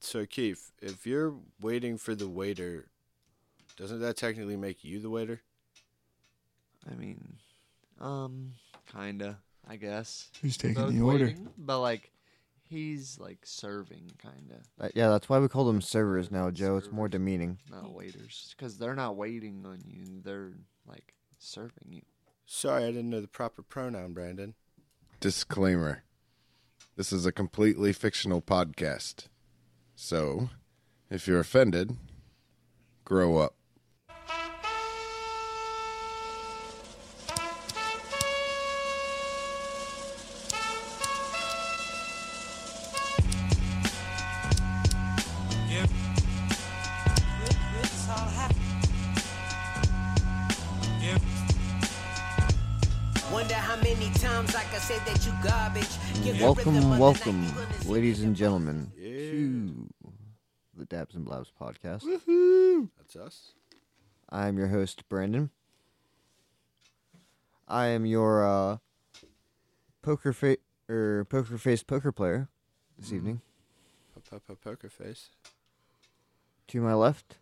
So Keith, if you're waiting for the waiter, doesn't that technically make you the waiter? I mean, um, kinda, I guess. Who's taking Both the order? waiting, but like, he's like serving, kinda, That- yeah, that's why we call them servers now, Joe. It's more Servers. demeaning. not waiters, because they're not waiting on you. They're like serving you. Sorry, I didn't know the proper pronoun, Brandon. Disclaimer This is a completely fictional podcast. So, if you're offended, grow up. It's all happening. Wonder how many times I can say that you garbage. Give the rhythm Welcome, of welcome, the night, you gonna ladies and gentlemen, Yeah. to the Dabs and Blabs podcast. That's us. I'm your host, Brandon. I am your uh, poker face or poker face poker player this Mm-hmm. evening. Papa poker face. To my left,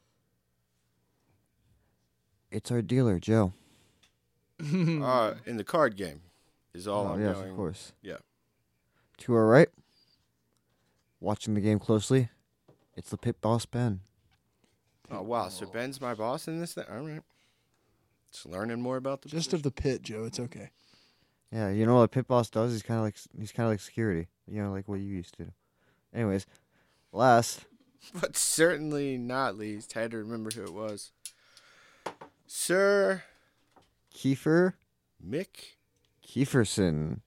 it's our dealer, Joe. Uh, in the card game is all oh, I'm yes, going. of course. Yeah. To our right, watching the game closely, it's the pit boss Ben. Oh wow, so Ben's my boss in this thing. All right. Just learning more about the Just of the pit, Joe. It's okay. Yeah, you know what pit boss does? He's kind of like s- he's kind of like security. You know, like what you used to do. Anyways, last but certainly not least. Had to remember who it was. Sir Kiefer Mick. Kieferson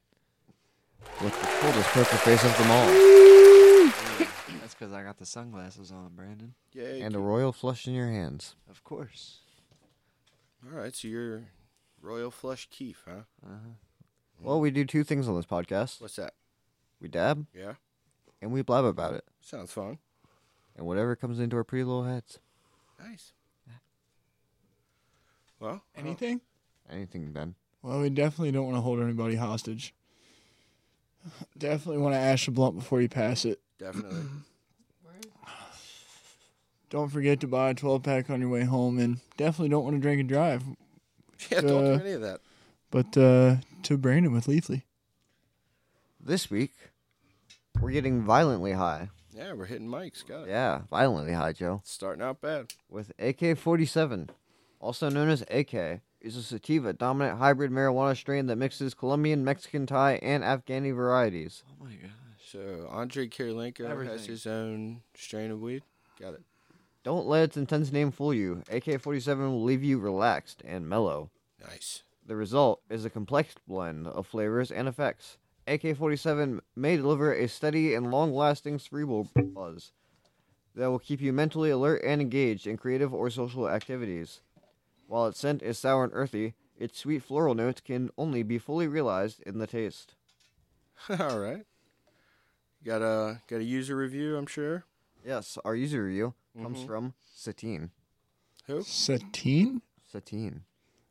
with the coldest poker face of them all, That's because I got the sunglasses on, Brandon. Yay. and a royal flush in your hands. Of course. All right, so you're Royal Flush Keef, huh? Well, we do two things on this podcast: What's that? we dab Yeah, and we blab about it, sounds fun. and whatever comes into our pretty little heads. Nice. Well, oh, Oh. I don't- Anything? Anything, Ben? Well, we definitely don't want to hold anybody hostage. Definitely want to ash the blunt before you pass it. definitely. Don't forget to buy a 12 pack on your way home, and definitely don't want to drink and drive. yeah, don't Uh, do any of that. But uh, to Brandon with Leafly. This week, we're getting violently high. Yeah, we're hitting mics. Got it. Yeah, violently high, Joe. Starting out bad. with AK-47, also known as AK, is a sativa dominant hybrid marijuana strain that mixes Colombian, Mexican, Thai, and Afghani varieties. Oh my gosh. So Andre Kirilenko has Everything. his own strain of weed. Got it. Don't let its intense name fool you. AK-47 will leave you relaxed and mellow. Nice. The result is a complex blend of flavors and effects. AK-47 may deliver a steady and long-lasting cerebral buzz that will keep you mentally alert and engaged in creative or social activities. While its scent is sour and earthy, its sweet floral notes can only be fully realized in the taste. All right. Got a got a user review, I'm sure. Yes, our user review comes from Satine. Who? Satine? Satine.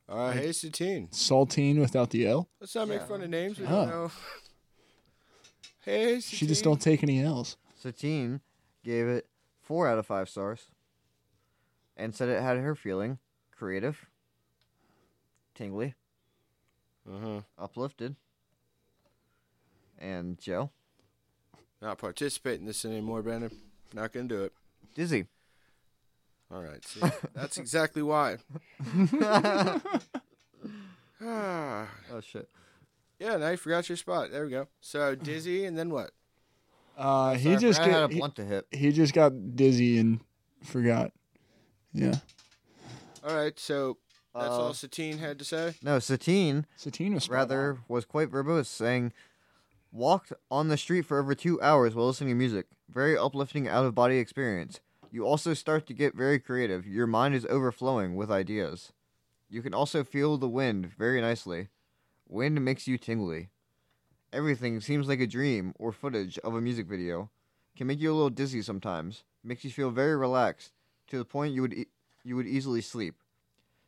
Uh, hey, Satine. Saltine without the L? Let's not make fun of names. We Huh. don't know. hey, Satine. She just don't take any L's. Satine gave it 4 out of 5 stars and said it had her feeling creative, tingly, Mm-hmm. Uh-huh. uplifted. And Joe, Not participate in this anymore, Brandon. Not gonna do it. dizzy. All right. See, that's exactly why. Ah, Oh shit. yeah, now you forgot your spot. There we go. So dizzy, and then what? Uh, he Sorry, I just forgot I get, had a he, blunt to hit. he just got dizzy and forgot. Yeah. All right. So that's Uh, all Satine had to say. No, Satine Satine was spot rather on. was quite verbose, saying, "Walked on the street for over two hours while listening to music. Very uplifting, out of body experience. You also start to get very creative. Your mind is overflowing with ideas. You can also feel the wind very nicely. Wind makes you tingly. Everything seems like a dream or footage of a music video. Can make you a little dizzy sometimes. Makes you feel very relaxed to the point you would e- you would easily sleep."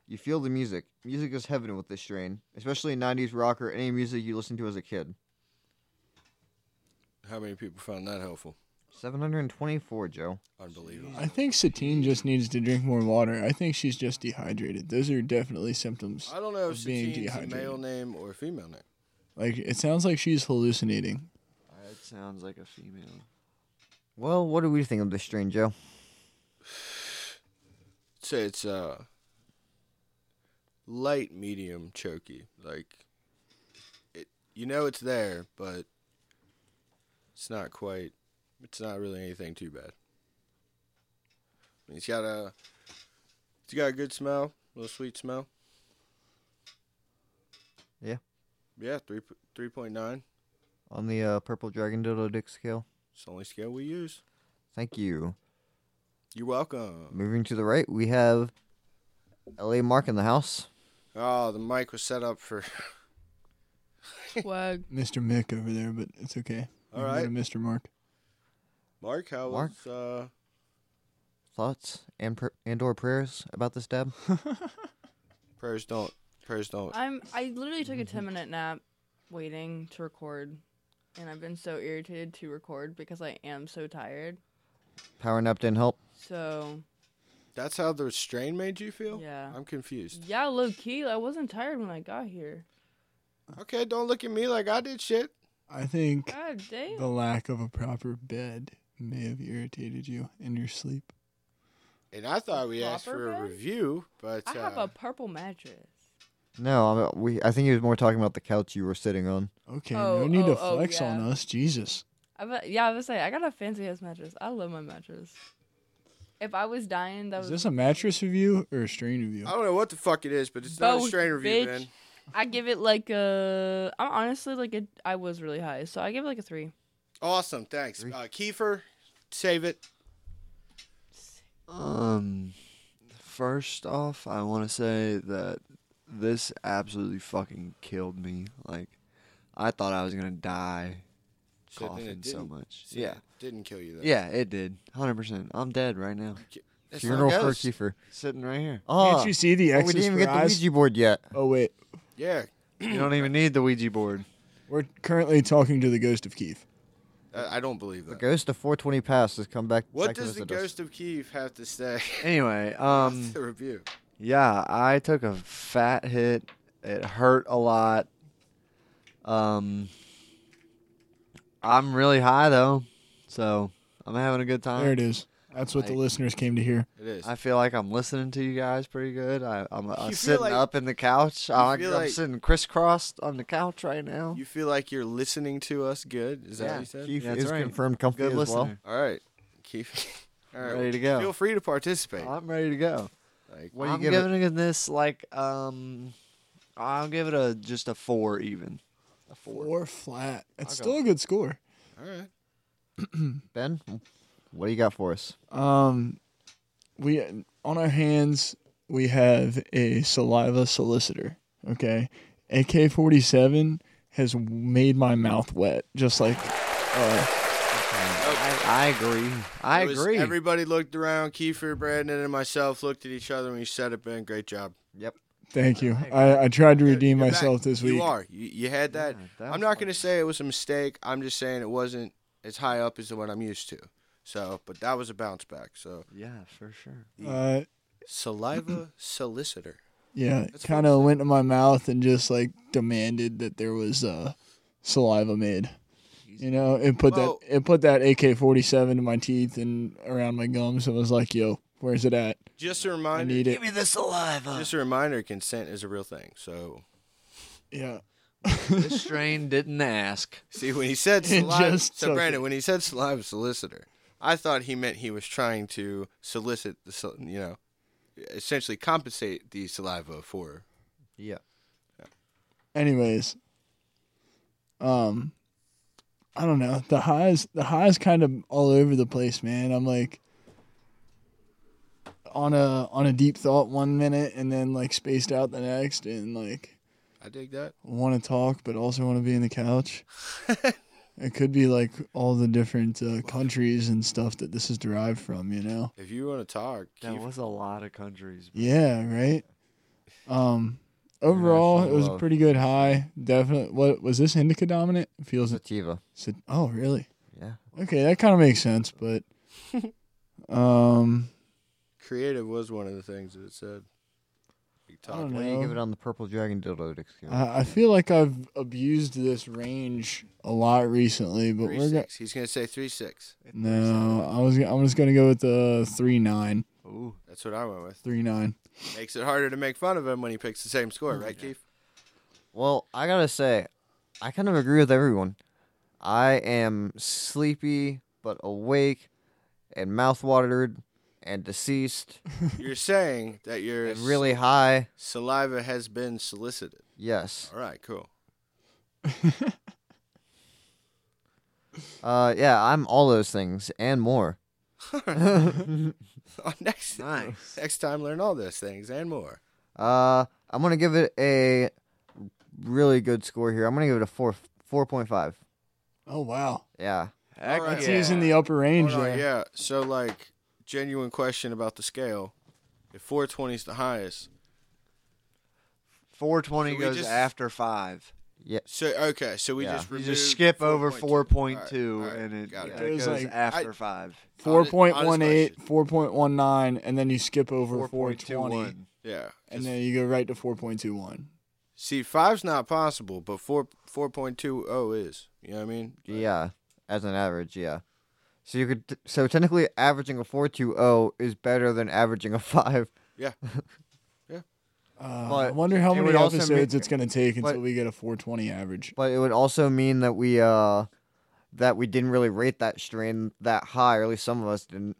You feel the music. Music is heaven with this strain, especially 90s rock or any music you listened to as a kid. How many people found that helpful? 724, Joe. Unbelievable. I think Satine just needs to drink more water. I think she's just dehydrated. Those are definitely symptoms. I don't know if Of being Satine's a male dehydrated. name or a female name. Like it sounds like she's hallucinating. That sounds like a female. Well, what do we think of this strain, Joe? Say it's uh light medium choky. Like it you know it's there, but it's not quite it's not really anything too bad. I mean it's got a it's got a good smell, a little sweet smell. Yeah. Yeah, three three point nine. On the uh, purple dragon dildo dick scale? It's the only scale we use. Thank you. You're welcome. Moving to the right, we have L.A. Mark in the house. Oh, the mic was set up for Wag. Mr. Mick over there, but it's okay. All We'll go to right. Mr. Mark. Mark. How Mark? was uh Thoughts and pr- and or prayers about this dab? prayers don't prayers don't I'm. I literally took a Mm-hmm. ten minute nap, waiting to record, and I've been so irritated to record because I am so tired. Power nap didn't help. So That's how the strain made you feel? Yeah. I'm confused. yeah, low key, I wasn't tired when I got here. Mm. Okay, don't look at me like I did shit. I think God damn. the lack of a proper bed may have irritated you in your sleep. And I thought we asked Proper for a bed? review, but I uh, have a purple mattress. No, I'm, we. I think he was more talking about the couch you were sitting on. Okay, Oh, no need to oh, oh, flex on yeah. us, Jesus. I bet, yeah, I was saying I got a fancy ass mattress. I love my mattress. If I was dying, that Is was this a mattress review or a strain review? I don't know what the fuck it is, but it's not a Both, strain review, bitch. man. I give it like a. I'm honestly like a. I was really high, so I give it like a three. Awesome, thanks. Uh, Kiefer, save it. Um, first off, I want to say that this absolutely fucking killed me. Like, I thought I was gonna die Shit, then it coughing so didn't. much. Shit, yeah, it Didn't kill you, though. yeah, it did. Hundred percent. I'm dead right now, That's how it Funeral for goes. Kiefer. sitting right here. Oh, Can't you see the we X's didn't even for get the eyes? Ouija board yet. Oh wait, Yeah. You don't even need the Ouija board. we're currently talking to the ghost of Keith. I, I don't believe that. Ghost of 420 Pass has come back. What back to does the visit us. ghost of Kiev have to say? Anyway, What's um, the review. yeah, I took a fat hit. It hurt a lot. Um, I'm really high though, so I'm having a good time. Uh, There it is. That's what the Like- listeners came to hear. It is. I feel like I'm listening to you guys pretty good. I, I'm, I'm feel sitting like- up in the couch. I, I'm feel like- sitting crisscrossed on the couch right now. you feel like you're listening to us good? Is that what Yeah. you said? Keith Yeah, that's is right. confirmed comfy good as listener. well. All right. Keith. All right. Ready to go. Feel free to participate. I'm ready to go. Like, What do you I'm give it? giving this like um, I'll give it a just a four even. A four. Four flat. That's still a good score. all right. Ben, what do you got for us? Um, we on our hands we have a saliva solicitor. Okay, AK forty seven has made my mouth wet. Just like I, I agree. I It was- agree. Everybody looked around. Kiefer, Brandon, and myself looked at each other and we said it, Ben. Great job. Yep. thank you. I, I tried to redeem You're back. myself this week. You are. You, you had that. Yeah, that I'm was not going to say it was a mistake. I'm just saying it wasn't as high up as the one I'm used to. So, but that was a bounce back. So, yeah, for sure. Uh, saliva solicitor. yeah, kind of went in my mouth and just like demanded that there was uh saliva made. You know, it put Well- that it put that AK forty seven to my teeth and around my gums, and was like, "Yo, where's it at? Just a I reminder. need it." me the saliva. Just a reminder. Consent is a real thing. So, Yeah, this strain didn't ask. see when he said It saliva. just so, took Brandon, when he said saliva solicitor, I thought he meant he was trying to solicit the, sol- you know, essentially compensate the saliva for Yeah. anyways um i don't know the highs the highs kind of all over the place man i'm like on a on a deep thought one minute and then like spaced out the next and like I dig that. want to talk but also want to be in the couch it could be like all the different uh, countries and stuff that this is derived from you know If you want to talk, That Keith- was a lot of countries. Yeah, right. Um overall it was a International pretty good high. Definitely what was this indica dominant? Feels it Sativa. said oh really? Yeah. Okay, that kind of makes sense, but um, Creative was one of the things that it said. You I talk don't What do you give know. it on the purple dragon dildo excuse? I, I feel like I've abused this range a lot recently, but three we're go- six. He's gonna say three six. no. I was I'm just gonna go with the three nine, Ooh. That's what I went with. three nine. Makes it harder to make fun of him when he picks the same score, right, Keith? Well, I gotta say, I kind of agree with everyone. I am sleepy but awake, and mouthwatered, and deceased, You're saying that your and really high. saliva has been solicited. Yes. All right, cool. Uh, yeah, I'm all those things and more. On next Nice. next time, learn all those things and more. Uh, I'm gonna give it a really good score here. I'm gonna give it a four, four point five. Oh wow, Yeah. Heck Alright. that's yeah. using the upper range Hold on, there. yeah. So, like, genuine question about the scale. If 420 is the highest, 420 Should we goes just- after five. so okay, so we Yeah. just You removed just skip over 4.2 Alright, alright, and it, got it it. It was goes like- after five. Four Honest- point honest one eight, question. four point one nine, and then you skip over four twenty, 4.21. Yeah, and 'cause- then you go right to four point two one. see, five's not possible, but four four point two oh is. You know what I mean? Yeah, as an average, yeah. So you could, so technically, averaging a four two zero is better than averaging a five. Yeah. Uh, I But wonder how it many would also episodes make- it's going to take until but- we get a 420 average. But it would also mean that we, uh, that we didn't really rate that strain that high, or at least some of us didn't.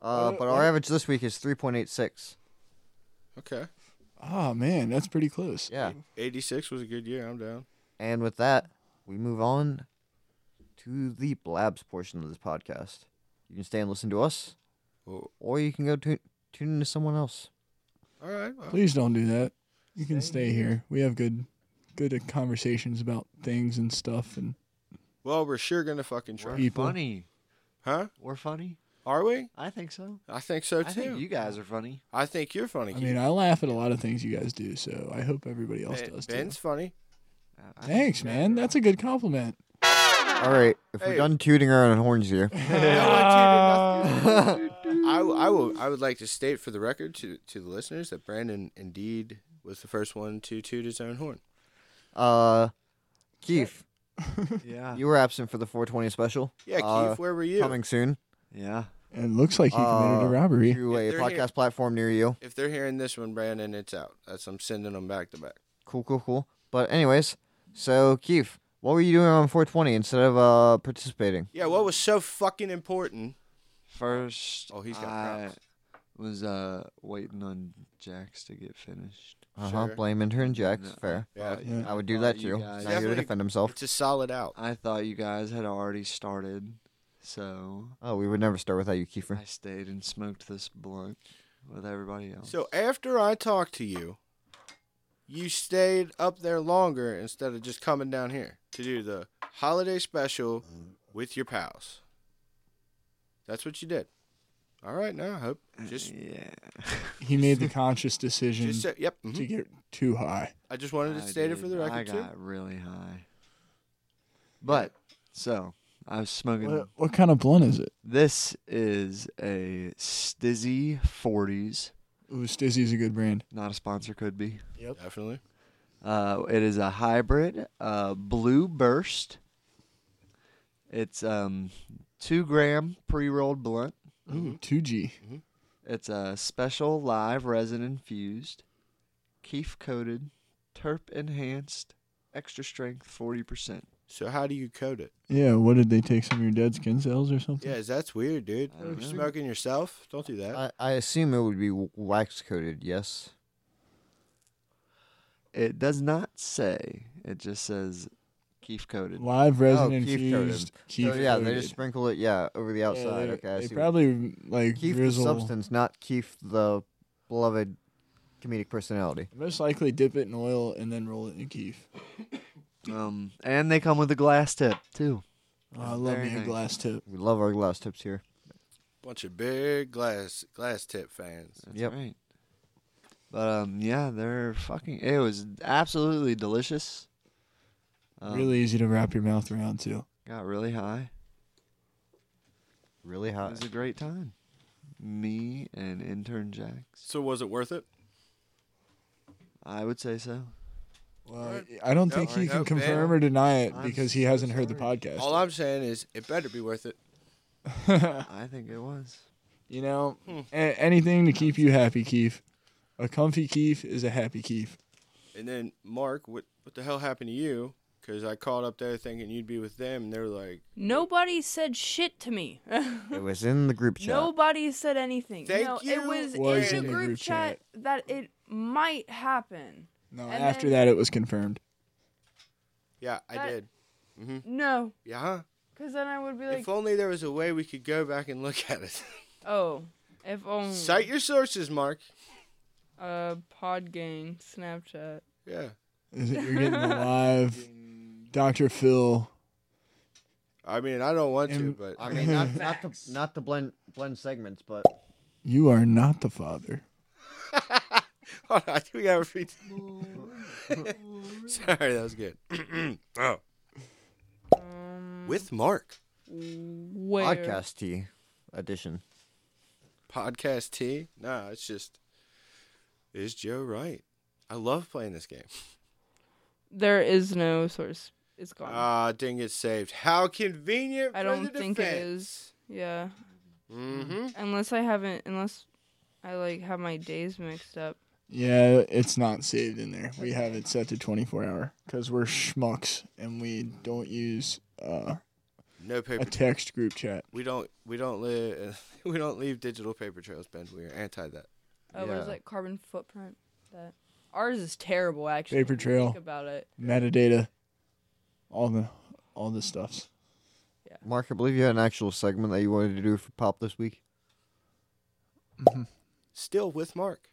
Uh, but our average this week is three point eight six. Okay. Oh man, that's pretty close. Yeah. 86 was a good year. I'm down. And with that, we move on to the blabs portion of this podcast. You can stay and listen to us, Well, or you can go tu- tune into someone else. all right. well, Please don't do that. You can stay here. We have good, good conversations about things and stuff. And well, we're sure gonna fucking try, We're People. funny. huh? We're funny. Are we? I think so. I think so too. I think you guys are funny. I think you're funny. I mean, I laugh at a lot of things you guys do, so I hope everybody else Ben- does too. Ben's funny. I- I think Thanks, you guys man. are- That's a good compliment. All right, if Hey. we're done tooting our own horns here, I, I will. I would like to state for the record to to the listeners that Brandon indeed was the first one to toot his own horn. uh, Keith, yeah. you were absent for the 420 special. Yeah, Keith, Uh, where were you? Coming soon Yeah. It looks like he committed Uh, a robbery. to a If they're podcast here- platform near you. If they're hearing this one, Brandon, it's out. That's I'm sending them back to back. Cool, cool, cool. But anyways, so Keith, what were you doing on 420 instead of uh participating? Yeah, what was so fucking important? First, Oh, he's got Uh, I props. was uh, waiting on Jax to get finished. Uh huh. Sure. Blame intern Jax. No. Fair. Yeah, Thought- Yeah. I would do thought that you too. guys- Now you to Definitely. defend himself. it's a solid out. I thought you guys had already started, so Oh, we would never start without you, Kiefer. I stayed and smoked this blunt with everybody else. So after I talked to you, you stayed up there longer instead of just coming down here to do the holiday special with your pals. That's what you did. All right, now I hope just Uh, yeah, He made the conscious decision just say, yep. mhm. to get too high. I just wanted to I state it for did. the I record too. got really high, but so I was smoking. Mm-hmm. What, what kind of blunt is it? This is a Stizzy 40s. Ooh, Stizzy's a good brand. Not a sponsor, could be. Definitely. Uh, it is a hybrid uh, blue burst. It's um, two gram pre rolled blunt. Mm-hmm. Ooh, 2G. It's a special live resin infused, keef coated, terp enhanced, extra strength 40%. So how do you code it? Yeah, what did they take some of your dead skin cells or something? Yeah, that's weird, dude. I You're don't know. smoking yourself. Don't do that. I, I assume it would be w- wax coated. Yes. It does not say, it just says keef coated. Live resin Oh, keef infused. So Keef yeah, they coated. just sprinkle it. Yeah, over the Yeah, outside. they, okay. I they see what- probably like Keith the drizzle. substance, not Keith the beloved comedic personality. Most likely dip it in oil and then roll it in keef. Um, and they come with a glass tip, too. Oh, I love Very me a nice. glass tip. We love our glass tips here. Bunch of big glass glass tip fans. That's Yep. right. But um, yeah, they're fucking. It was absolutely delicious. Oh. Um, really easy to wrap your mouth around too. Got really high. Really It hot. was a great time. Me and intern Jax. So was it worth it? I would say so. Well, Alright. I don't Yep. think he Alright, can nope, confirm man. or deny it I'm because he so hasn't heard the sorry. podcast. All I'm saying is it better be worth it. I think it was. you know, Hmm. a- anything to keep you happy, Keith. A comfy Keith is a happy Keith. And then Mark, what what the hell happened to you? Because I called up there thinking you'd be with them, and they're like, Nobody said shit to me. It was in the group chat. Nobody said anything. Thank no, you, it was, Was in in the the group, group chat, that it might happen. No, And after then- that it was confirmed. "Yeah, I That- did. No, Yeah, huh? because then I would be like, if only there was a way we could go back and look at it. oh, if only. Cite your sources, Mark. Uh, Pod Gang, Snapchat. Yeah. Is it you're getting a live Dr. Phil? I mean, I don't want to, And- but I mean, not, not to not to blend blend segments, but You are not the father. Hold on, I think we have a free. Sorry, that was good. oh. With Mark, Where? podcast tea edition. podcast T. Nah, it's just. Is Joe right? I love playing this game. There is no source. It's gone. Ah, didn't get saved. How convenient. I don't think it is. Yeah. Hmm. Mm-hmm. Unless I haven't, unless I like have my days mixed up. Yeah, it's not saved in there. We have it set to 24 hour because we're schmucks and we don't use uh, No paper. a text group chat. we don't. We don't live. We don't leave digital paper trails, Ben. We are anti that. Oh, what is Yeah. that? Carbon footprint. That ours is terrible. Actually, Paper when you think trail. about it. Metadata, all the all the stuffs. Mark, I believe you had an actual segment that you wanted to do for Pop this week. Still with Mark.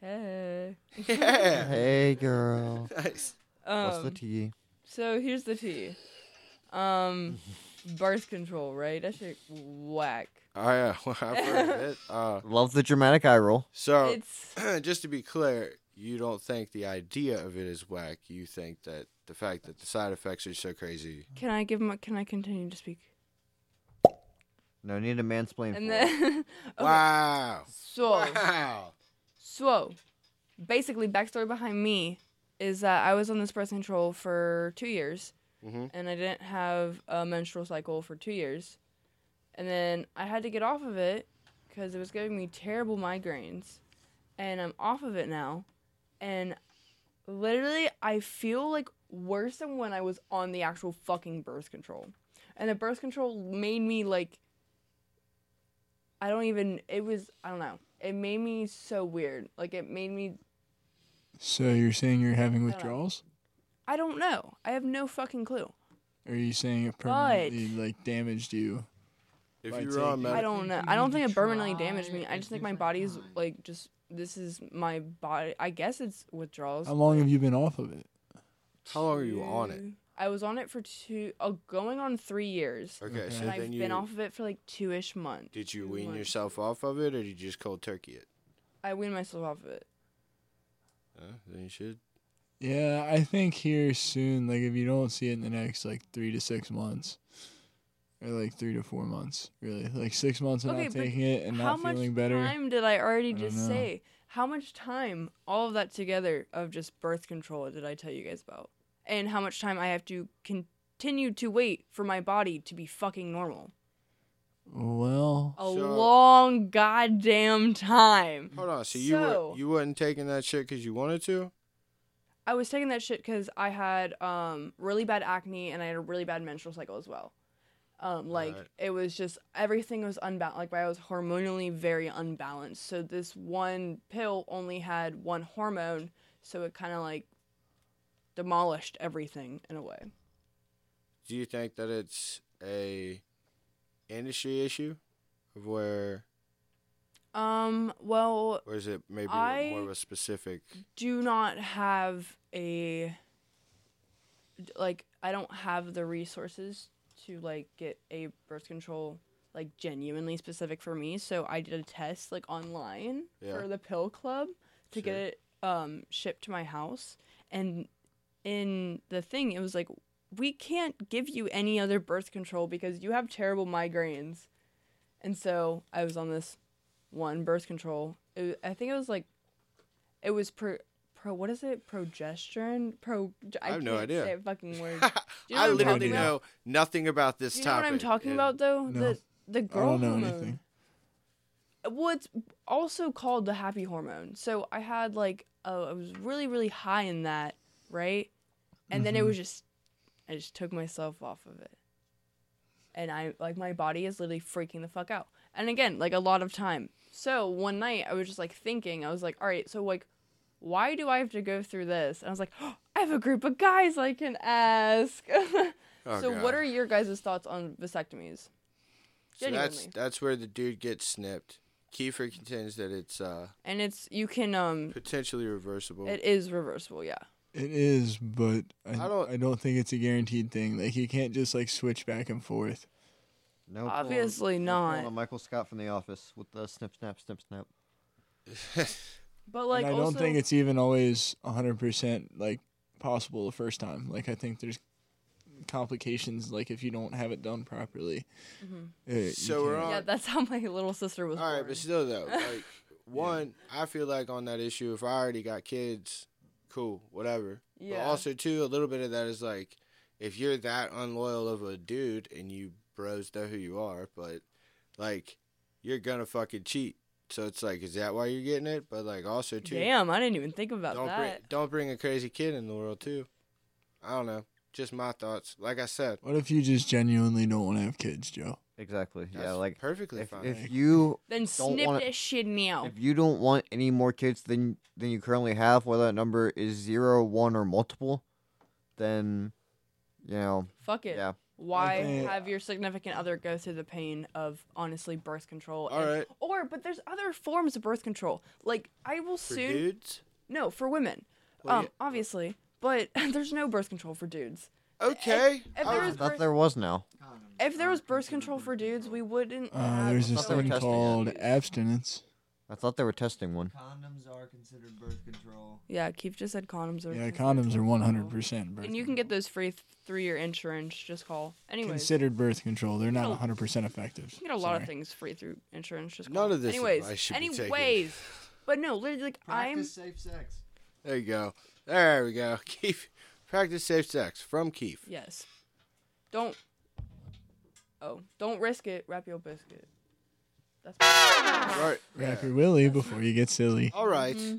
Hey. Yeah. Hey, girl. nice. Um, What's the tea? So here's the tea. Um, birth control, right? That shit whack. I, uh, I've heard of it. Uh, Love the dramatic eye roll. so, It's just to be clear, you don't think the idea of it is whack. You think that the fact that the side effects are so crazy. can I give my can I continue to speak? No need to mansplain. And for it. then Okay, Wow. so Wow. So, basically, backstory behind me is that I was on this birth control for two years, Mhm. and I didn't have a menstrual cycle for two years, and then I had to get off of it because it was giving me terrible migraines, and I'm off of it now, and literally I feel like worse than when I was on the actual fucking birth control, and the birth control made me like I don't even. It was. I don't know. It made me so weird. Like it made me. So you're saying you're having withdrawals? I don't know. I have no fucking clue. Or are you saying it permanently like damaged you? If By you were on taking- I med- don't know. I don't think it permanently damaged me. I just think my body's like just. This is my body. I guess it's withdrawals. How long have you been off of it? how long are you on it? Two- I was on it for two. Oh, going on three years. Okay, so And I've then been you off of it for like two ish months. did you two wean months. yourself off of it, or did you just cold turkey it? I weaned myself off of it. Uh, then you should. Yeah, I think here soon. Like if you don't see it in the next like three to six months, or like three to four months, really, like six months of Okay, not but taking it and How not much feeling better. time did I already I don't just know. say? How much time, all of that together, of just birth control did I tell you guys about? And how much time I have to continue to wait for my body to be fucking normal? Well, A So- long goddamn time. Hold on. So you So- were you wasn't taking that shit because you wanted to? I was taking that shit because I had um, really bad acne and I had a really bad menstrual cycle as well. Um, like Right. it was just everything was unbalanced. Like I was hormonally very unbalanced. So this one pill only had one hormone, so it kind of like demolished everything in a way. Do you think that it's a industry issue, of where, Um, well, or is it maybe I- more of a specific? do not have a like I don't have the resources to like get a birth control like genuinely specific for me. So I did a test like online Yeah. for the pill club to get Sure. it um shipped to my house and in the thing, it was like, we can't give you any other birth control because you have terrible migraines. And so I was on this one birth control. It, wa- I think it was like, it was pro, pro what is it? Progesterone? Pro, I, I have no can't idea. Say a fucking word. Do you know I what I'm literally talking about? know nothing about this Do you know topic. what I'm talking and- about though? No. The the I girl don't know hormone. anything. Well, it's also called the happy hormone. So I had like a, I was really really high in that, right? And then it Mm-hmm. was just I just took myself off of it, and I like my body is literally freaking the fuck out. And again, like a lot of time. So one night I was just like thinking, I was like, all right, so like, why do I have to go through this? And I was like, "Oh, I have a group of guys I can ask. Oh, so God. what are your guys' thoughts on vasectomies? So that's Genuinely. that's where the dude gets snipped. Kiefer contends that it's uh, And it's you can um potentially reversible. It is reversible, yeah. It is, but I, I I don't- don't. think it's a guaranteed thing. Like you can't just like switch back and forth. No, pulling- Obviously no pulling not. on Michael Scott from The Office with the snip, snap, snip, snap. But like and I also, don't think it's even always hundred percent like possible the first time. Like I think there's complications. Like if you don't have it done properly. Mm-hmm. Uh, you So we're can't- on- yeah, that's how my little sister was All right, born. but still though, like one, I feel like on that issue, if I already got kids, cool, whatever. But Yeah. also too, a little bit of that is like, if you're that unloyal of a dude and you bros know who you are, but like, you're gonna fucking cheat. So it's like, is that why you're getting it? But like, also too, Damn, I didn't even think about don't bring that. don't bring a crazy kid in the world too. I don't know, just my thoughts. Like I said, What if you just genuinely don't want to have kids, Joe? Exactly. yeah, that's like perfectly if, fine. if you Then don't snip wanna- that shit now. if you don't want any more kids than than you currently have, whether that number is zero, one, or multiple, then you know, Fuck it. yeah, Why Okay. have your significant other go through the pain of honestly birth control? All and- right. Or but there's other forms of birth control. Like I will For soon dudes, No, for women. Well, um yeah. obviously. But there's no birth control for dudes. okay, If I there was- I was thought birth, there was now. if there was birth control for dudes, we wouldn't Uh, have there's this thought they were thing testing it. called abstinence. I thought they were testing one. Condoms are considered birth control. Yeah, Keith just said condoms are. Yeah, considered condoms are birth one hundred control. percent birth. And you can get those free th- through your insurance. Just call. Anyways, considered birth control. They're not No. one hundred percent effective. you can get a lot Sorry. of things free through insurance. Just call. None of this Anyways, advice should be anyways, taken. but no, literally, like I'm. Practice safe sex. There you go. There we go. Keith, practice safe sex from Keith. Yes. Don't. Oh, don't risk it. Wrap your biscuit. That's. Right. Wrap your willy before you get silly. All right. Mm-hmm.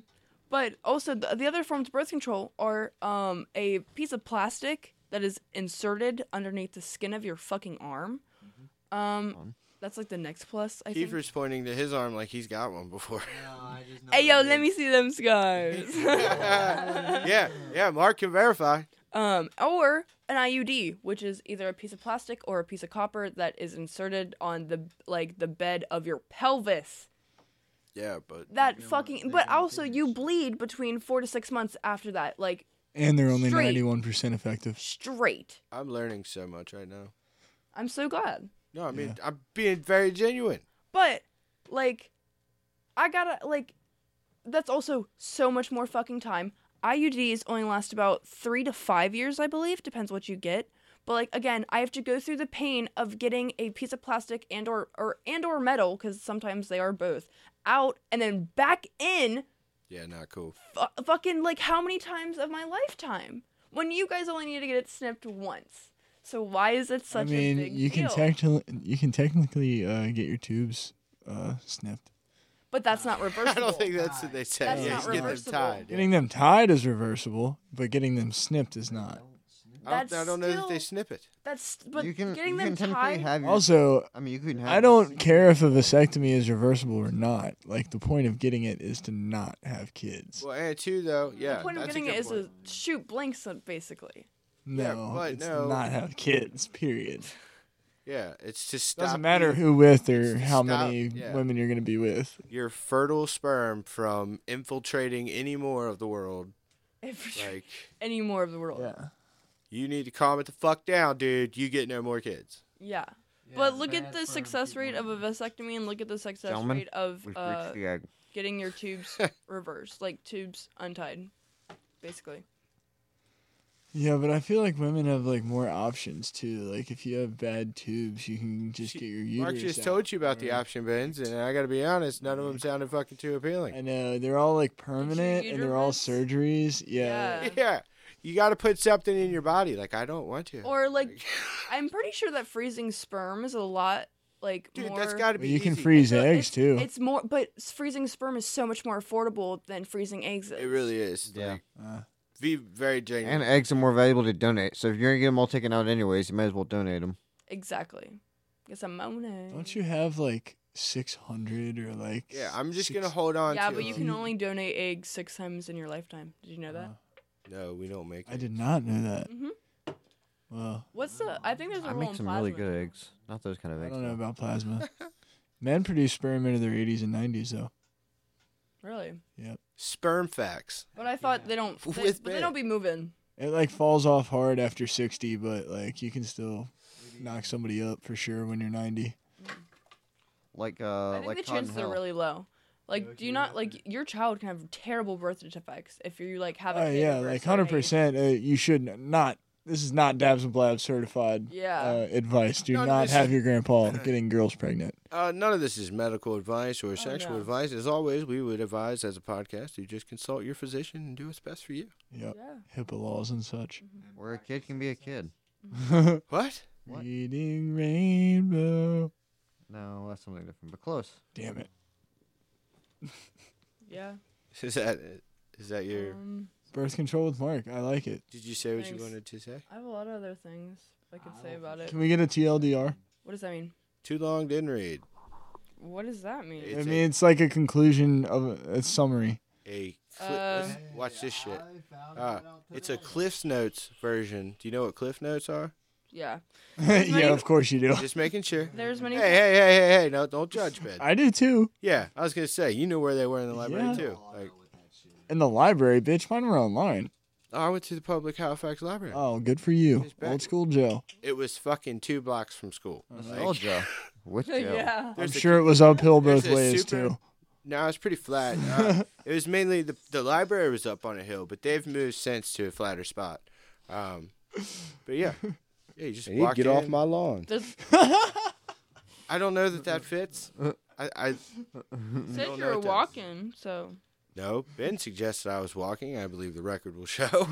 But also, the, the other forms of birth control are um, a piece of plastic that is inserted underneath the skin of your fucking arm. Mm-hmm. Um, that's like the next plus. I think. Kiefer's pointing to his arm like he's got one before. Hey yo, let me see them scars. yeah, yeah. Mark can verify. um, or an IUD, which is either a piece of plastic or a piece of copper that is inserted on the like the bed of your pelvis. Yeah, but That fucking. But also, you bleed between four to six months after that, like And they're only Straight. ninety-one percent effective. straight. I'm learning so much right now. I'm so glad. No, I mean I'm being very genuine. But like, I gotta like. That's also so much more fucking time. IUDs only last about three to five years, I believe. Depends what you get. But like again, I have to go through the pain of getting a piece of plastic and or or and or metal because sometimes they are both out and then back in. Yeah, not cool. F- fucking like how many times of my lifetime? When you guys only need to get it snipped once. So why is it such I mean, a big you can deal? technically you can technically uh, get your tubes uh, snipped. but that's not reversible. I don't think that's what they said. That's yeah, not just get them reversible. tied. yeah. Getting them tied is reversible, but getting them snipped is not. I don't, I That's don't know that they still- snip it. That's but you can getting you them can technically tied. have your, Also, I mean, you can have. I don't care if a vasectomy is reversible or not. Like the point of getting it is to not have kids. Well, and two though, yeah. the point that's of getting a it good is point. to shoot blanks up, basically. No, yeah, but it's no. not have kids. Period. yeah. It's to stop. Doesn't matter you- who with or It's to how stop- many yeah. women you're gonna be with. your fertile sperm from infiltrating any more of the world. If Like, any more of the world. Yeah. Yeah. you need to calm it the fuck down, dude. You get no more kids. but look at the success rate of a vasectomy and look at the success Gentlemen, rate of We've uh, reached the egg. getting your tubes reversed, like tubes untied, basically. Yeah, but I feel like women have like more options too. Like if you have bad tubes, you can just She- get your uterus. Mark just out, told you about the right? option bins, and I got to be honest, none of them sounded fucking too I appealing. know they're all like permanent and they're all uterus? surgeries. Yeah. Yeah. Yeah, you got to put something in your body. Like I don't want to. Or like, I'm pretty sure that freezing sperm is a lot like dude, more. that's got to Well, be. you can easy. freeze No, eggs it's- too. It's more, but s- freezing sperm is so much more affordable than freezing eggs. It really is. Yeah. Like, Uh. be very genuine. And eggs are more valuable to donate, so if you're gonna get them all taken out anyways, you might as well donate them. exactly. It's a monet. Don't you have like six hundred or like? yeah, I'm just six- gonna hold on. Yeah, to but you them. can only donate eggs six times in your lifetime. Did you know that? Wow. Uh, No, we don't make. I it. did not know that. Mhm. Well, What's the? I think there's a I rule make in some plasma. really good eggs, not those kind of I eggs. don't know though. about plasma. Men produced sperm into their 80s and 90s though. Really, Yep. Sperm facts. but I thought they don't. They, With but they bed. don't be moving. It like falls off hard after 60, but like you can still knock somebody up for sure when you're 90. Like I uh, think the like Cotton chances are Hill. really low. Like, do you not like your child can have terrible birth defects if you like have a Oh kid yeah, over a like certain 100%. Uh, age. you should n- not. This is not Dabs and Blab certified Yeah. uh, advice. Do No, not this- have your grandpa getting girls pregnant. Uh, none of this is medical advice or sexual Oh, no. advice. As always, we would advise as a podcast to just consult your physician and do what's best for you. Yep. Yeah. Mm-hmm. HIPAA laws and such. Where a kid can be a kid. What? What? Reading Rainbow. No, that's something different, but close. Damn it. Yeah. Is that? Is that your? Um, Birth control with Mark. I like it. Did you say what Thanks. you wanted to say? I have a lot of other things I could say about it. Can we get a TLDR? What does that mean? Too long didn't read. What does that mean? It's I a- mean, it's like a conclusion of a, a summary. A cli- Um, let's watch this shit. Ah, it's a Cliff's Notes version. Do you know what Cliff Notes are? Yeah. yeah, Like- of course you do. Just making sure. There's Hey, many. hey, hey, hey, hey! No, don't judge, man. I do too. Yeah, I was gonna say you knew where they were in the library Yeah. too. Like, In the library, bitch. Mine were online. I went to the public Halifax library. Oh, good for you. It's back. Old school Joe. It was fucking two blocks from school. Like, Nostalgia. Which yeah. There's uh-huh. Oh, I'm a- sure it was uphill there's both a ways super- too. No, it's pretty flat. Uh, it was mainly the the library was up on a hill, but they've moved since to a flatter spot. Um, but yeah, yeah, you just walk in. lawn. Does, I don't know that Uh-uh. that fits. Uh. I, I said you know were what that- walking, so no. Ben suggested I was walking. I believe the record will show.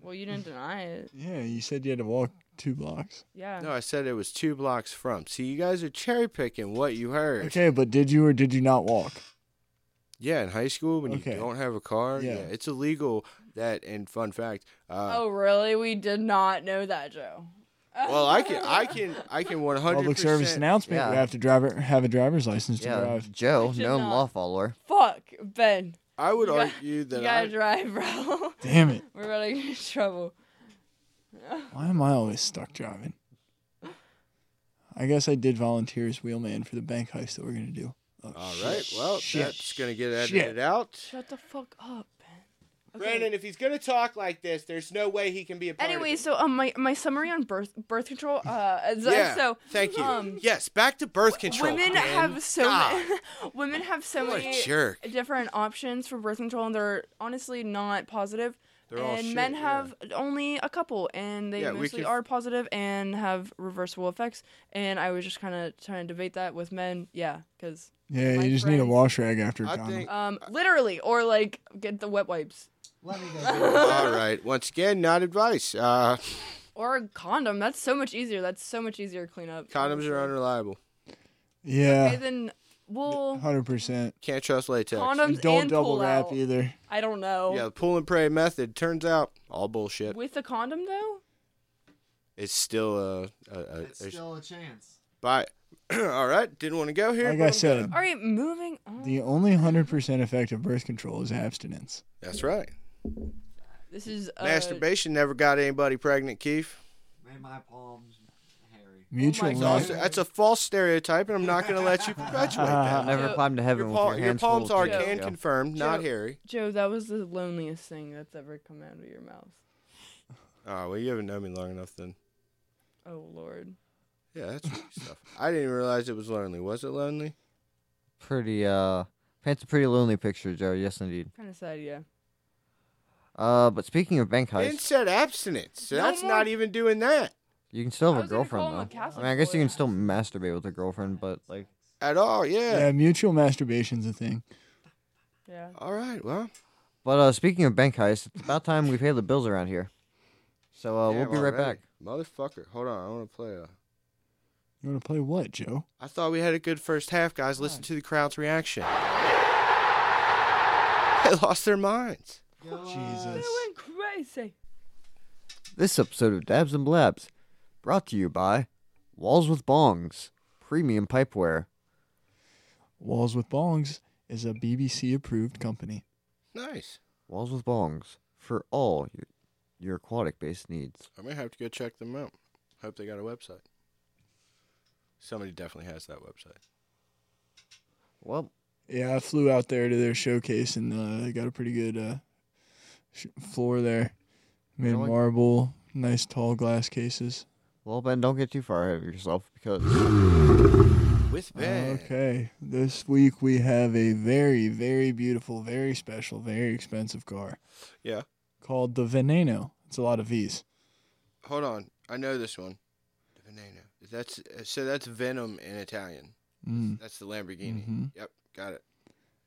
well you didn't deny it. Yeah, you said you had to walk two blocks. Yeah. no, I said it was two blocks from. See, you guys are cherry picking what you heard. Okay, but did you or did you not walk? Yeah, in high school when Okay. you don't have a car, yeah, Yeah. it's illegal. That and fun fact. Uh, oh really? We did not know that, Joe. Oh. Well, I can, I can, I can one hundred Public service announcement: Yeah. You have to driver have a driver's license to Yeah, drive. Joe, I should known not. law follower. Fuck, Ben. I would You got- argue that you I, gotta drive, bro. Damn it! we're about to get in trouble. Why am I always stuck driving? I guess I did volunteer as wheelman for the bank heist that we're gonna do. Oh, All shit. right. Well, Shit. that's gonna get edited Shit. out. Shut the fuck up, Ben. Brandon, if he's gonna talk like this, there's no way he can be a part of it. Anyway, so um, my, my summary on birth birth control. Uh, is- yeah. so thank you. Um, yes, back to birth control. women Ben. have so God, many, women have so what many a jerk. different options for birth control, and they're honestly not positive. They're all and shit, men yeah. have only a couple, and they Yeah, we mostly could- are positive and have reversible effects. And I was just kind of trying to debate that with men, yeah, because Yeah, My you just need a friends- wash rag after a I condom. think. um, literally, or like get the wet wipes Uh, all right. Once again, not advice. Uh, or a condom. That's so much easier. That's so much easier to clean up. condoms are unreliable. Okay, Yeah, then well, hundred percent. Can't trust latex. condoms Don't and double pull wrap out. either. I don't know. Yeah, the pull and pray method turns out all bullshit. With a condom though. It's still a. a, a a- a chance. Bye. All right. Didn't want to go here. Like but I I'm said, gonna- All right, moving on. the only hundred percent effective birth control is abstinence. That's right. This is uh, Masturbation never got anybody pregnant, Keith. Made my palms hairy. Mutual Oh God. That's, love. also, that's a false stereotype, and I'm not going to let you perpetuate I'll that. never Joe, climb to Uh-huh. Your, heaven pal- your with your hands palms full are of Joe. can Yeah. confirm, not Joe. hairy. Joe. That was the loneliest thing that's ever come out of your mouth. Oh, well, you haven't known me long enough then. Oh Lord. Yeah, that's weak stuff. I didn't even realize it was lonely. Was it lonely? Pretty uh, paints a pretty lonely picture, Joe. Yes, indeed. Kind of sad, yeah. Uh, but speaking of bank It heists, said abstinence, so No that's more- not even doing that you can still I have a was gonna call him a girlfriend though. I Catholic mean, I guess boy. you can still masturbate with a girlfriend, but like, at all. Yeah. Yeah, mutual masturbation's a thing. Yeah. All right. Well, but uh, speaking of bank heists, it's about time we pay the bills around here. So uh, damn we'll be right already. back. Motherfucker, hold on. I want to play a. You want to play what, Joe? I thought we had a good first half, guys. Listen to the crowd's reaction. They lost their minds. Jesus. It went crazy. This episode of Dabs and Blabs, brought to you by Walls with Bongs, premium pipeware. Walls with Bongs is a BBC approved company. Nice. Walls with Bongs for all your, your aquatic based needs. I may have to go check them out. Hope they got a website. Somebody definitely has that website. Well, Yeah, I flew out there to their showcase and uh, they got a pretty good uh, sh- floor there. Made Really? marble, nice tall glass cases. well, Ben, don't get too far ahead of yourself because With Ben. Okay, this week we have a very, very beautiful, very special, very expensive car Yeah. called the Veneno. It's a lot of V's. Hold on. I know this one. The Veneno. That's so. That's Venom in Italian. Mm. That's the Lamborghini. Mhm. Yep. Got it.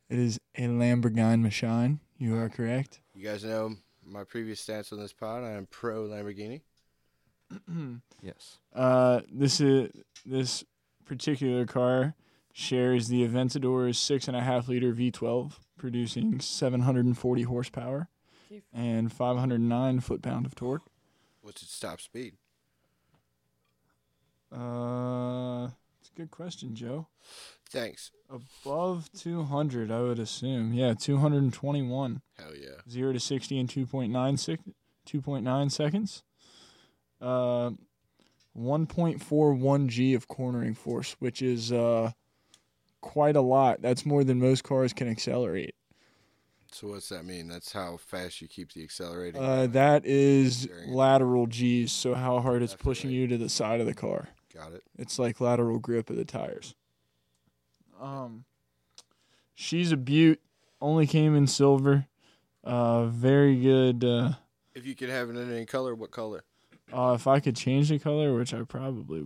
It is a Lamborghini Machine. You are correct. You guys know my previous stance on this pod. I am pro Lamborghini. yes, Uh, this is this particular car shares the Aventador's six and a half liter V12, producing 740 horsepower and 509 foot pound of torque. What's its top speed? Uh, it's a good question, Joe. Thanks. Above 200, I would assume. Yeah, 221. Hell yeah. 0 to 60 in 2.9, sec- 2.9 seconds. Uh, 1.41 G of cornering force, which is uh, quite a lot. That's more than most cars can accelerate. So what's that mean? That's how fast you keep the accelerating. Uh, that is During- lateral G's, so how hard it's Left or pushing right? you to the side of the car. Got it. It's like lateral grip of the tires. Um, she's a beaut. Only came in silver. Uh, very good. Uh, If you could have it in any color, what color? uh, if I could change the color, which I probably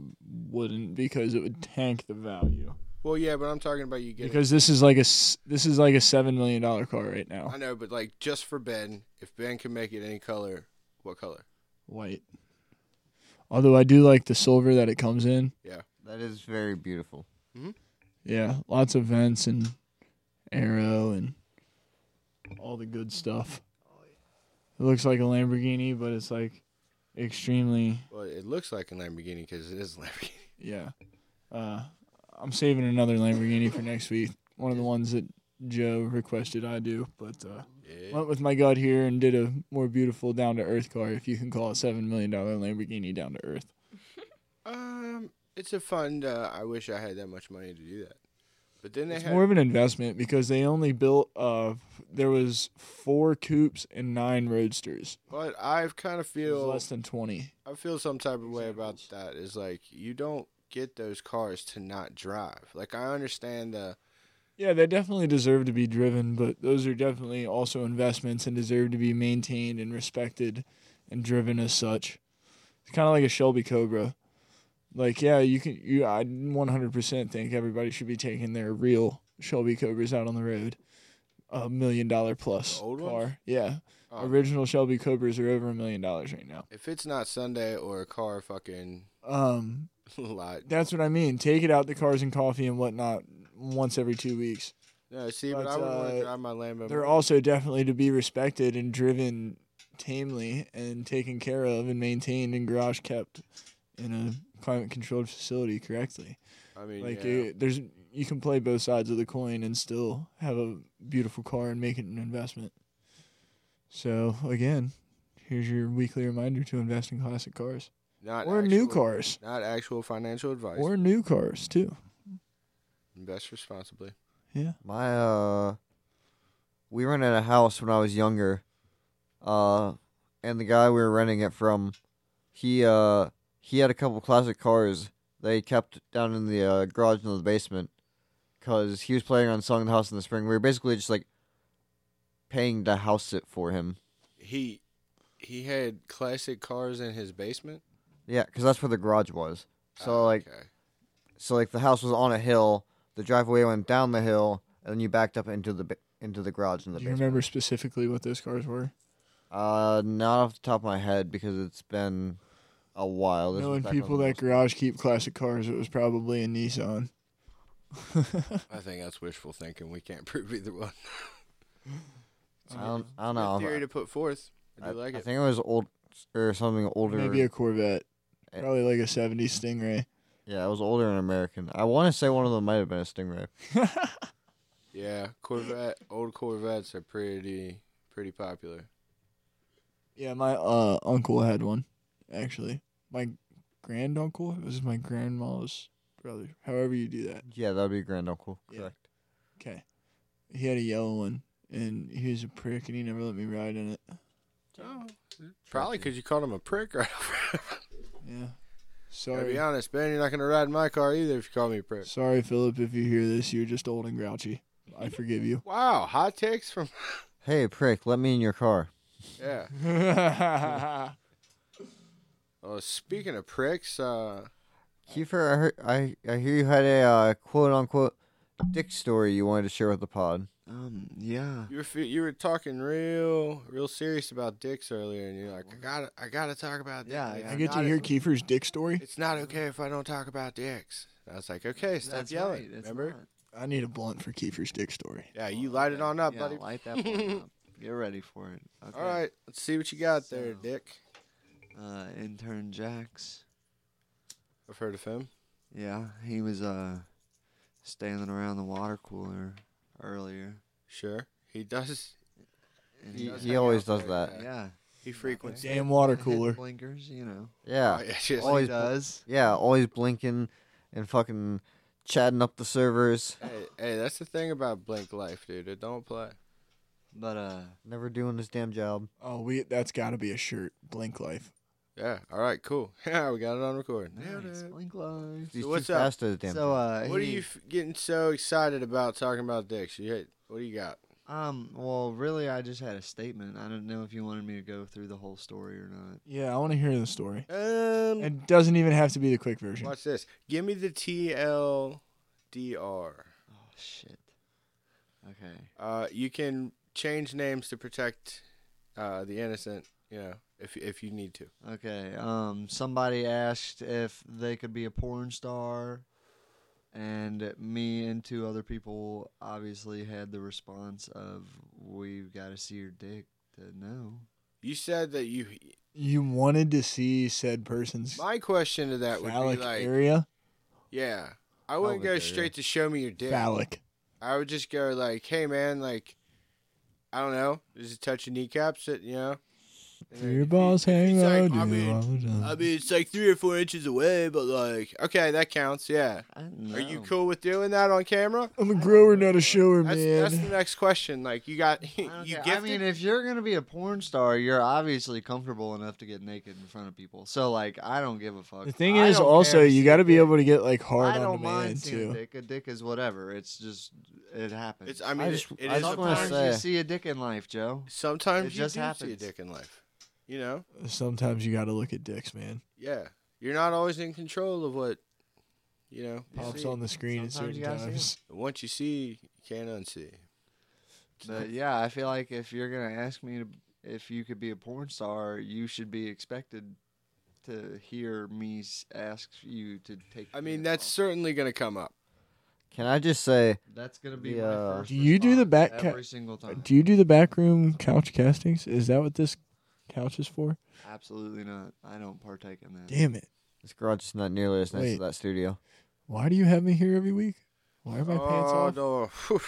wouldn't, because it would tank the value. Well, yeah, but I'm talking about you getting. Because this is like a s- this is like a seven million dollar car right now. I know, but like just for Ben, if Ben can make it any color, what color? White. Although I do like the silver that it comes in. that is very beautiful. Yeah, lots of vents and arrow and all the good stuff. It looks like a Lamborghini, but it's like extremely Well, it looks like a Lamborghini because it is a Lamborghini. yeah. Uh, I'm saving another Lamborghini for next week. One of the ones that Joe requested I do, but uh, Yeah. went with my gut here and did a more beautiful down to earth car. If you can call a seven million dollar Lamborghini down to earth, Um, it's a fund. Uh, I wish I had that much money to do that. But then they it's had more of an investment because they only built uh there was four coupes and nine roadsters. But I kind of It was feel less than twenty. I feel some type of way about that. Is like you don't get those cars to not drive. Like I understand the Yeah, they definitely deserve to be driven, but those are definitely also investments and deserve to be maintained and respected and driven as such. It's kind of like a Shelby Cobra. Like, yeah, you can. You, I 100% think everybody should be taking their real Shelby Cobras out on the road. A million dollar plus The old car. ones? Yeah, oh, original Shelby Cobras are over a million dollars right now. if it's not Sunday or a car fucking Um, lot. that's what I mean. Take it out the cars and coffee and whatnot once every two weeks. No, see, but, But, I would want uh, to drive my Lambo. they're more. also definitely to be respected and driven tamely and taken care of and maintained and garage kept in a climate controlled facility correctly. I mean, Like yeah. it, there's you can play both sides of the coin and still have a beautiful car and make it an investment. So again, here's your weekly reminder to invest in classic cars not or new actual- cars Not actual financial advice. or new cars too. Invest responsibly. My uh we rented a house when I was younger. Uh and the guy we were renting it from, he uh he had a couple classic cars they kept down in the uh, garage in the basement cuz he was playing on Song of the House in the Spring. We were basically just like paying to house it for him. he he had classic cars in his basement. Ah, Yeah, because that's where the garage was. So Ah, like, okay. so like the house was on a hill. The driveway went down the hill, and then you backed up into the ba- into the garage in the Do you basement. remember specifically what those cars were? Uh, not off the top of my head because it's been a while. This was Knowing back when people I that was- garage keep classic cars, it was probably a Nissan. I think that's wishful thinking. We can't prove either one. I don't, I don't know. Good theory to put forth. I I, do like I it. think it was old or something older. Maybe a Corvette. Eh. Probably like a 70s Stingray. yeah, it was older and American. I want to say one of them might have been a Stingray. yeah, Corvette. Old Corvettes are pretty pretty popular. Yeah, my uh, uncle had one, actually. My granduncle? It was my grandma's brother. However you do that. Yeah, that'd be a granduncle. Yeah. Correct. Okay. He had a yellow one, and he was a prick, and he never let me ride in it. Oh, probably because you called him a prick right off. Yeah. Gotta be Sorry. honest, Ben. You're not gonna ride in my car either if you call me a prick. Sorry, Philip, if you hear this, you're just old and grouchy. I forgive you. Wow, hot takes from Hey, prick, let me in your car. yeah. What's Well, speaking of pricks, uh, Kiefer, I heard, I I hear you had a uh, quote unquote dick story you wanted to share with the pod. Um, yeah. you were fe- you were talking real real serious about dicks earlier, and you're like, I gotta I gotta talk about dicks. Yeah, Like, I I get to gotta- hear Kiefer's dick story. It's not okay if I don't talk about dicks. I was like, okay, stop yelling. remember? I need a blunt for Kiefer's dick story. Yeah, you light it on up, Oh, yeah, buddy. Light that one up. Get ready for it. Okay. All right, let's see what you got there, So- Dick. Uh, intern Jax. I've heard of him. Yeah, he was uh standing around the water cooler earlier. Sure, he does. and He, does he hang always out does there, that. yeah. yeah. He frequents. Damn water hit cooler. blinkers, you know. Yeah, Oh, yeah, just- Always He does. yeah, always blinking and fucking chatting up the servers, Hey, hey, that's the thing about Blink Life, dude. It don't play. But uh never doing his damn job. Oh, we that's got to be a shirt. Blink Life. Yeah. All right. Cool. Yeah, we got it on record. Nailed nice, it. blink life. He's what's too up? fast at his damn So job. uh What are he- you f- getting so excited about talking about dicks? You hit, what do you got? um well really I just had a statement. I don't know if you wanted me to go through the whole story or not. Yeah, I want to hear the story. Um, It doesn't even have to be the quick version. watch this. Give me the TLDR. Oh shit. Okay. Uh, you can change names to protect uh, the innocent. You know, if if you need to. uh, Okay. Um, somebody asked if they could be a porn star, and me and two other people obviously had the response of "We've got to see your dick to know." You said that you. You wanted to see said person's My question to that would phallic be like, area. yeah, I wouldn't Pelvic go area. straight to show me your dick. Phallic. I would just go like, hey man, like, I don't know, just touch your kneecaps, it, you know. And Do then your if he- balls if he's hang out? like, Do I mean, I mean, it's like three or four inches away, but like, okay, that counts. Yeah. I don't know. Are you cool with doing that on camera? I'm a grower, not a shower, That's, man. that's the next question. Like, you got I, don't you care. gifted. I mean, if you're gonna be a porn star, you're obviously comfortable enough to get naked in front of people. So, like, I don't give a fuck. The thing I is, don't also, care to you see got to be dick. able to get like hard I on don't mind demand seeing a too. dick. A dick is whatever. It's just it happens. it's. I mean, I just- it, it I is just a wanna part- sometimes say- you see a dick in life, Joe. Sometimes it you just do see a happens. dick in life. You know. Sometimes you got to look at dicks, man. Yeah. You're not always in control of what. You know. you Pops see. on the screen at Sometimes certain you gotta see 'em. times. Once you see, you can't unsee. But yeah, I feel like if you're gonna ask me to, if you could be a porn star, you should be expected to hear me s- ask you to take. I your mean, pants that's off. certainly gonna come up. Can I just say, that's gonna be the, my uh, first. Do you do the response back ca- every single time? Do you do the backroom couch castings? Is that what this couch is for? Absolutely not. I don't partake in that. Damn it! this garage is not nearly as nice Wait. as that studio. Why do you have me here every week? Why are my pants Uh, oh, off? No. Whew.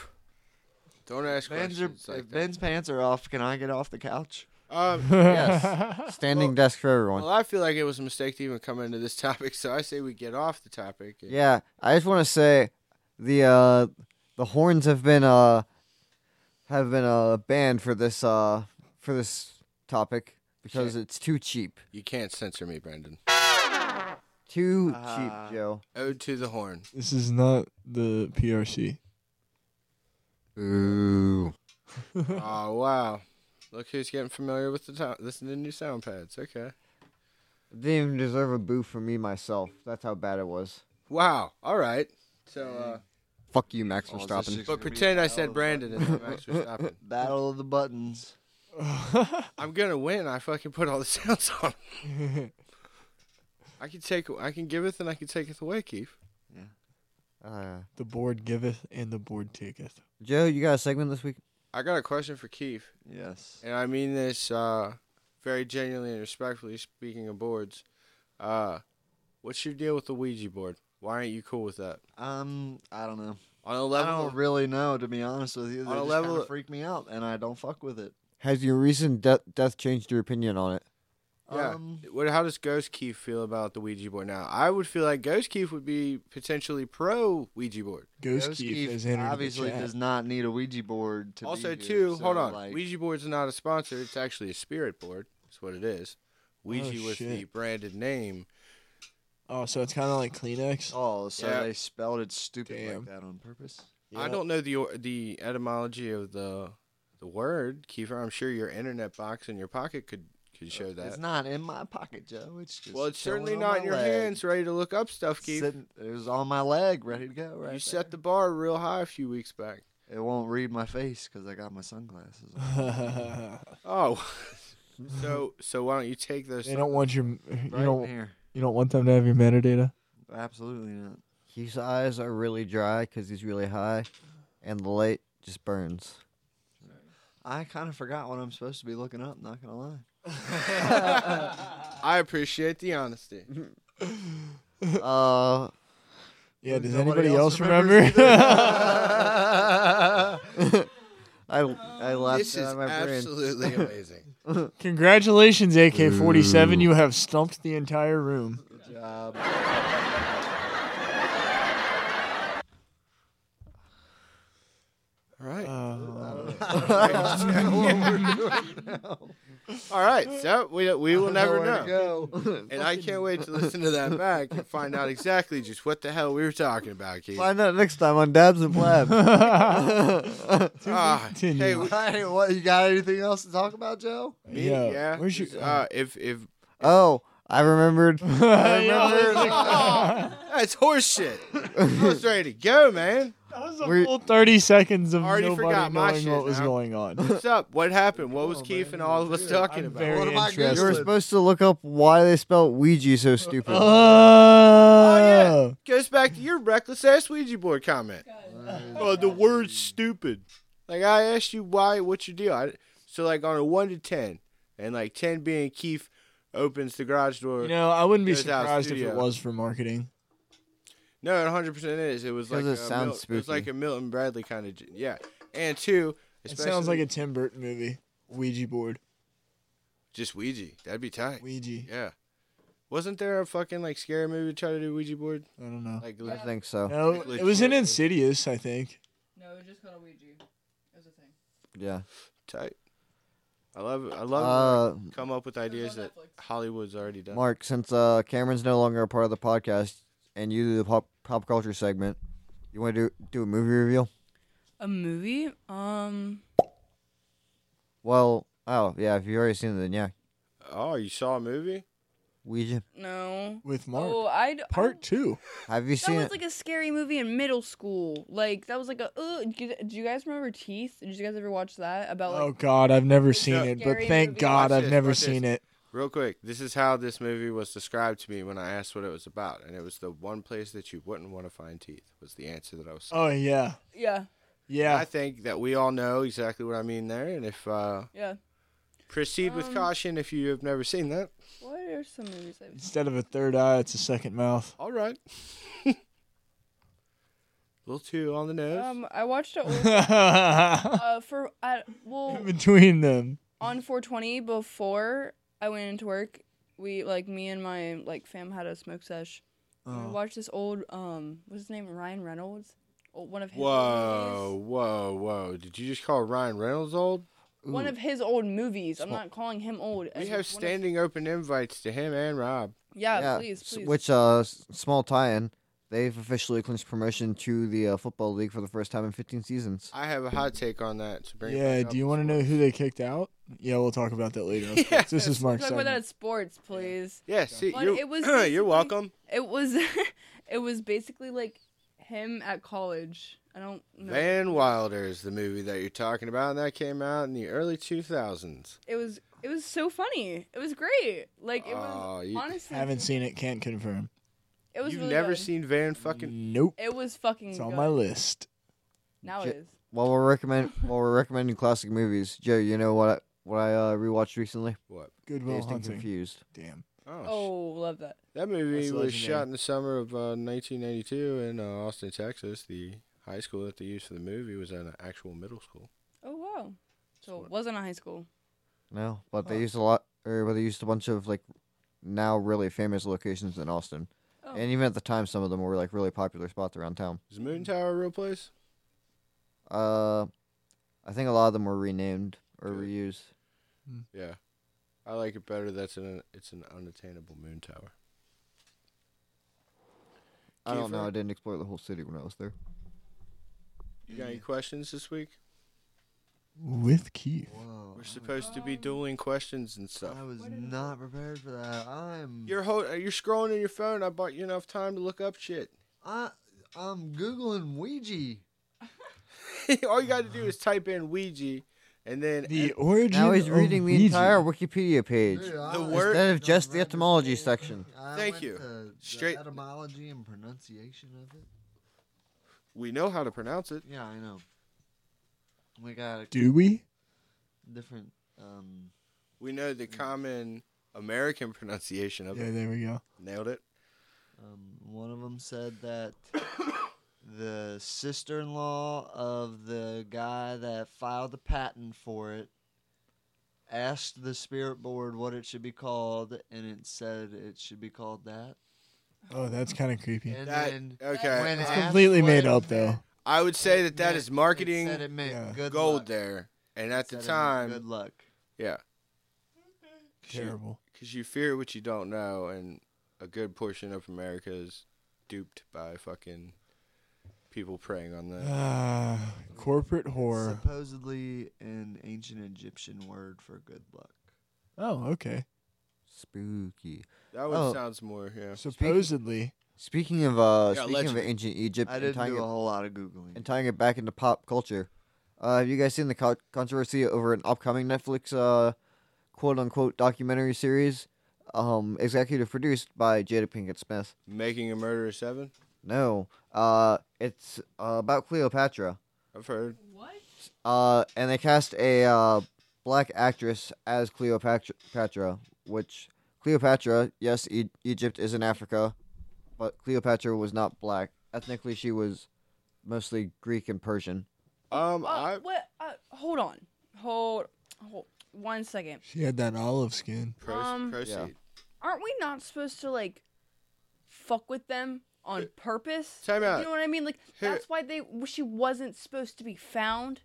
Don't ask If Ben's, are, questions like if that. Ben's pants are off, can I get off the couch? Um, Yes, standing desk for everyone. well, I feel like it was a mistake to even come into this topic, so I say we get off the topic. and- Yeah, I just want to say the uh the horns have been uh have been uh banned for this uh for this topic because it's too cheap. You can't censor me, Brendan. Too Ah. cheap, Joe. Ode to the horn. This is not the PRC. Ooh. oh wow. Look who's getting familiar with the to- this the new sound pads. Okay. Didn't even deserve a boo from me myself. That's how bad it was. Wow. All right. So, uh, Fuck you, Max Oh, is this Verstappen. shit- but gonna be pretend I said Elvis. Brandon and I'm actually stopping. Battle of the buttons. I'm gonna win. I fucking put all the sounds on. I can take, I can giveth, and I can taketh away, Keith. Uh, The board giveth and the board taketh. Joe, you got a segment this week? I got a question for Keith, Yes. and I mean this uh, very genuinely and respectfully. Speaking of boards, uh, what's your deal with the Ouija board? Why aren't you cool with that? Um, I don't know. On a I level, don't really know, to be honest with you. They On a just level- kinda freak me out, and I don't fuck with it. Has your recent de- death changed your opinion on it? Yeah. Um, What? How does Ghost Keith feel about the Ouija board now? I would feel like Ghost Keith would be potentially pro Ouija board. Ghost, Ghost Keith, Keith is entered obviously the chat. does not need a Ouija board to also, be here, too, so, hold on. like, Ouija board's not a sponsor. It's actually a spirit board. That's what it is. Oh, Ouija was the shit. branded name. Oh, so it's kind of like Kleenex. Oh, so Yeah. they spelled it stupid Damn. like that on purpose. I Yep. don't know the or- the etymology of the the word, Kiefer. I'm sure your internet box in your pocket could could show Uh, It's that. not in my pocket, Joe. It's just Well, it's chilling certainly on not my in your leg. hands, ready to look up stuff, Keith. Sitting, it was on my leg, ready to go. Right. you set the bar real high a few weeks back. It won't read my face because I got my sunglasses. on. Oh, so so why don't you take those? they don't want your. You Right don't. here. You don't want them to have your metadata. Absolutely not. His eyes are really dry because he's really high, and the light just burns. I kind of forgot what I'm supposed to be looking up. Not gonna lie. I appreciate the honesty. Uh, Yeah. Does Nobody anybody else else remember? I I laughed This is out of my brain. absolutely amazing. Congratulations, AK-47. You have stumped the entire room. Good job. All right. Uh, All right. So we we will never know. go. And I can't wait to listen to that back and find out exactly just what the hell we were talking about, Keith. Find out next time on Dabs and Blab. Ah, Continue. hey, we- Hey, what you got? Anything else to talk about, Joe? me, Yeah. yeah. Where's your- uh, if if oh, I remembered. I remembered. oh, that's horseshit. I was ready to go, man. that was a We're- full 30 seconds of Already nobody forgot knowing my what shit was now. going on. What's up? What happened? What was Keith and all of us talking I'm about? very What am I good You were interested. supposed to look up why they spelled Ouija so stupid. Oh, Oh, Uh, yeah. Goes back to your reckless ass Ouija board comment. Oh, the word's stupid. Like, I asked you why, what's your deal? I, so, like, on a 1 to 10, and like 10 being Keith opens the garage door. You know, I wouldn't be Goes out surprised if it studio. was for marketing. No, it 100% is. It was like, 'Cause it a sounds Mil- it was spooky. like a Milton Bradley kind of. Yeah. And two, It especially sounds like a Tim Burton movie. Ouija board. just Ouija. That'd be tight. Ouija. Yeah. Wasn't there a fucking like scary movie try to do Ouija board? I don't know. Like I think so. No, Like it was in legit. Insidious, I think. No, it was just called a Ouija. It was a thing. Yeah. tight. I love it. I love Uh, it. come up with ideas that Hollywood's already done. Mark, since uh, Cameron's no longer a part of the podcast and you do the pop pop culture segment, you want to do do a movie review? A movie? Um, Well, oh yeah, if you've already seen it, then yeah, oh, you saw a movie? Ouija. no. With Mark. Oh, I Part two. Have you That seen was it? like a scary movie in middle school. Like that was like a. Uh, do you- do you guys remember Teeth? Did you guys ever watch that? About like Oh God, I've never seen it, but Scary thank movie. God Watch I've this, never watch this. seen it. Real quick, this is how this movie was described to me when I asked what it was about, and it was the one place that you wouldn't want to find teeth was the answer that I was. Saying. Oh yeah, yeah, yeah. I think that we all know exactly what I mean there, and if uh, yeah. proceed with Um, caution if you have never seen that. What are some movies? I've seen? Instead of a third eye, it's a second mouth. All right, little too on the nose. Um, I watched it. uh, for I well Between them, on 420 before I went into work. We like me and my like fam had a smoke sesh. And Oh. we watched this old um, what's his name? Ryan Reynolds. Oh, One of his old whoa, movies. whoa, whoa! Did you just call Ryan Reynolds old? one of his old movies. I'm not calling him old. We It's have one of- standing open invites to him and Rob. yeah, yeah, please, s- please. Which uh, s- small tie-in. They've officially clinched promotion to the uh, football league for the first time in 15 seasons. I have a hot take on that. To bring it yeah. back up Do you want to before. know who they kicked out? Yeah, we'll talk about that later. of course. This is Mark's Talk about that segment. at sports, please. Yeah, see, But you're, it was basically- you're welcome. It was, it was basically like him at college. I don't know. Van Wilder is the movie that you're talking about, and that came out in the early 2000s. It was, it was so funny. It was great. Like it Aw, was you- honestly. Haven't seen it, can't confirm. It was You've really never good. seen Van fucking. Nope. It was fucking. It's on good. my list. Now J- it is. While we're recommend while we're recommending classic movies, Joe, you know what I, what I uh, rewatched recently? What? Goodwill Dazed and Hunting. Confused. Damn. Oh, sh- Oh, love that. that movie That's was legendary. shot in the summer of uh, 1992 in uh, Austin, Texas. The high school that they used for the movie was an actual middle school. Oh wow. So it wasn't a high school. No, but they used a lot, or but they used a bunch of like now really famous locations in Austin, Oh. and even at the time, some of them were like really popular spots around town. Is Moon Tower a real place? Uh, I think a lot of them were renamed or Good. reused. Yeah, I like it better. That's an it's an unattainable moon tower. I don't know. Kiefer? I didn't explore the whole city when I was there. You got any questions this week? With Keith. Whoa. We're supposed to be dueling questions and stuff. I was not prepared for that. I'm You're ho- uh, you're scrolling on your phone. I bought you enough time to look up shit. I, I'm googling Ouija. All you got to do is type in Ouija, and then The origin. Now he's of reading the Ouija. entire Wikipedia page Dude, I The went- word- oh, instead of just the read this etymology whole section. thing. I Thank went you. to the Straight- etymology and pronunciation of it. we know how to pronounce it. Yeah, I know. We got a Do we? different. Um, We know the common American pronunciation of Yeah, it. there we go. Nailed it. um, one of them said that the sister-in-law of the guy that filed the patent for it asked the spirit board what it should be called, and it said it should be called that. Oh, that's kind of creepy. And That- then okay. when It's asked completely what made it meant, up, though. I would say that that meant- is It said marketing it meant Yeah. good gold luck. there, and at the Said it meant time, good luck. yeah, Terrible. because you fear what you don't know, and a good portion of America is duped by fucking people preying on them. Ah, corporate horror. Supposedly an ancient Egyptian word for good luck. Oh, okay. Spooky. That one Oh. sounds more yeah. Supposedly. Speaking of uh, Yeah, speaking legend. of ancient Egypt, I and didn't tying do it- a whole lot of googling. and tying it back into pop culture. Uh, have you guys seen the co- controversy over an upcoming Netflix uh, quote unquote documentary series um, executive produced by Jada Pinkett Smith? Making a Murderer Seven. No. Uh, it's uh, about Cleopatra. I've heard. What? Uh, and they cast a uh, black actress as Cleopatra, Patra, which Cleopatra, yes, e- Egypt is in Africa, but Cleopatra was not black. Ethnically, she was mostly Greek and Persian. Um, Uh, I what? Uh, hold on. Hold. Hold. One second. She had that olive skin. pro- Um, proceed. Yeah. Aren't we not supposed to like fuck with them on purpose? Time Like, out. You know what I mean? Like Here- that's why they she wasn't supposed to be found,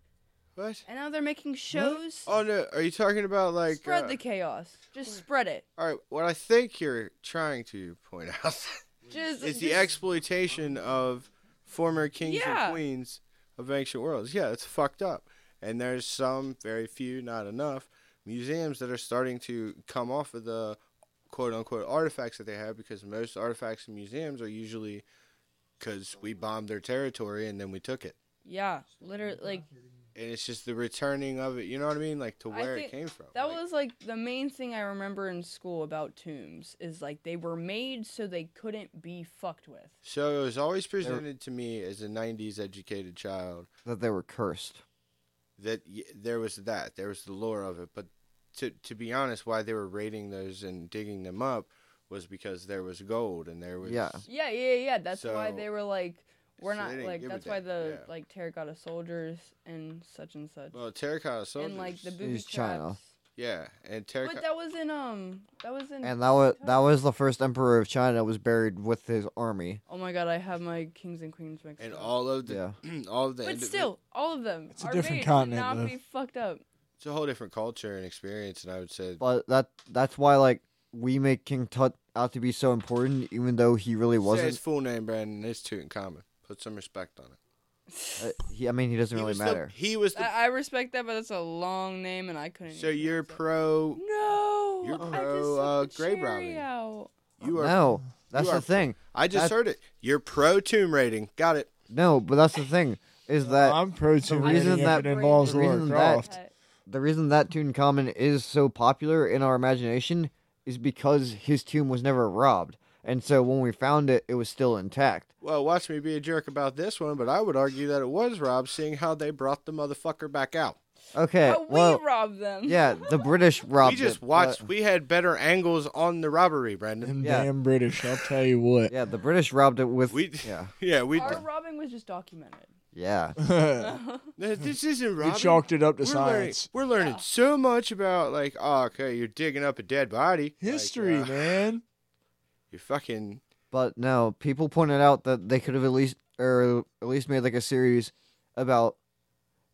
What? and now they're making shows. Oh no, are you talking about like? spread uh, the chaos. Just spread it. all right, what I think you're trying to point out Just is the just- exploitation of former kings Yeah. and queens of ancient worlds. Yeah, it's fucked up. And there's some, very few, not enough, museums that are starting to come off of the quote unquote artifacts that they have because most artifacts in museums are usually because we bombed their territory and then we took it. Yeah, literally. Like And it's just the returning of it, you know what I mean? Like to I where it think came from. That Like, was like the main thing I remember in school about tombs is like they were made so they couldn't be fucked with. So it was always presented to me as a 90s educated child That they were cursed. that y- there was that there was the lore of it but to to be honest why they were raiding those and digging them up was because there was gold and there was Yeah. Yeah, yeah, yeah. That's why So- they were like, we're so not they didn't like. give a That's why damn, the yeah. like terracotta soldiers and such and such, well terracotta soldiers and like the booby Is China. traps. yeah and But terracotta that was in um, that was in. And that was that was the first emperor of China was buried with his army. oh my god, I have my kings and queens mixed and up. all of the all of the but indivi- still, all of them It's a are different made continent, to not love. be fucked up. it's a whole different culture and experience and I would say But that that's why like we make King Tut out to be so important, even though he really say his wasn't. full name Brandon is Tutankhamun put some respect on it Uh, he, I mean, he doesn't he really was the- matter. he was the. I, I respect that, but that's a long name, and I couldn't. so even you're pro. pronounce it. No. you're I pro, just uh, sucked the Grey cherry Brownie. out. You are. no, that's you the are- thing. I just That- heard it. You're pro tomb raiding. Got it. No, but that's the thing is that I'm pro to reason reading if that- it involves the Laura reason that- Croft. the reason that Tutankhamun is so popular in our imagination is because his tomb was never robbed. And so when we found it, it was still intact. Well, watch me be a jerk about this one, but I would argue that it was Rob, seeing how they brought the motherfucker back out. Okay, But Uh, well, Oh, we robbed them. yeah, the British robbed we just it, watched. but- We had better angles on the robbery, Brandon. Them yeah. damn British, I'll tell you what. yeah, the British robbed it with. We, yeah, yeah, we. Our robbing was just documented. yeah. This isn't we Rob. chalked it up to we're learning, science. we're learning so much about like, oh, okay, you're digging up a dead body. Like, History, uh, man. You fucking But no, people pointed out that they could have at least, or at least made like a series about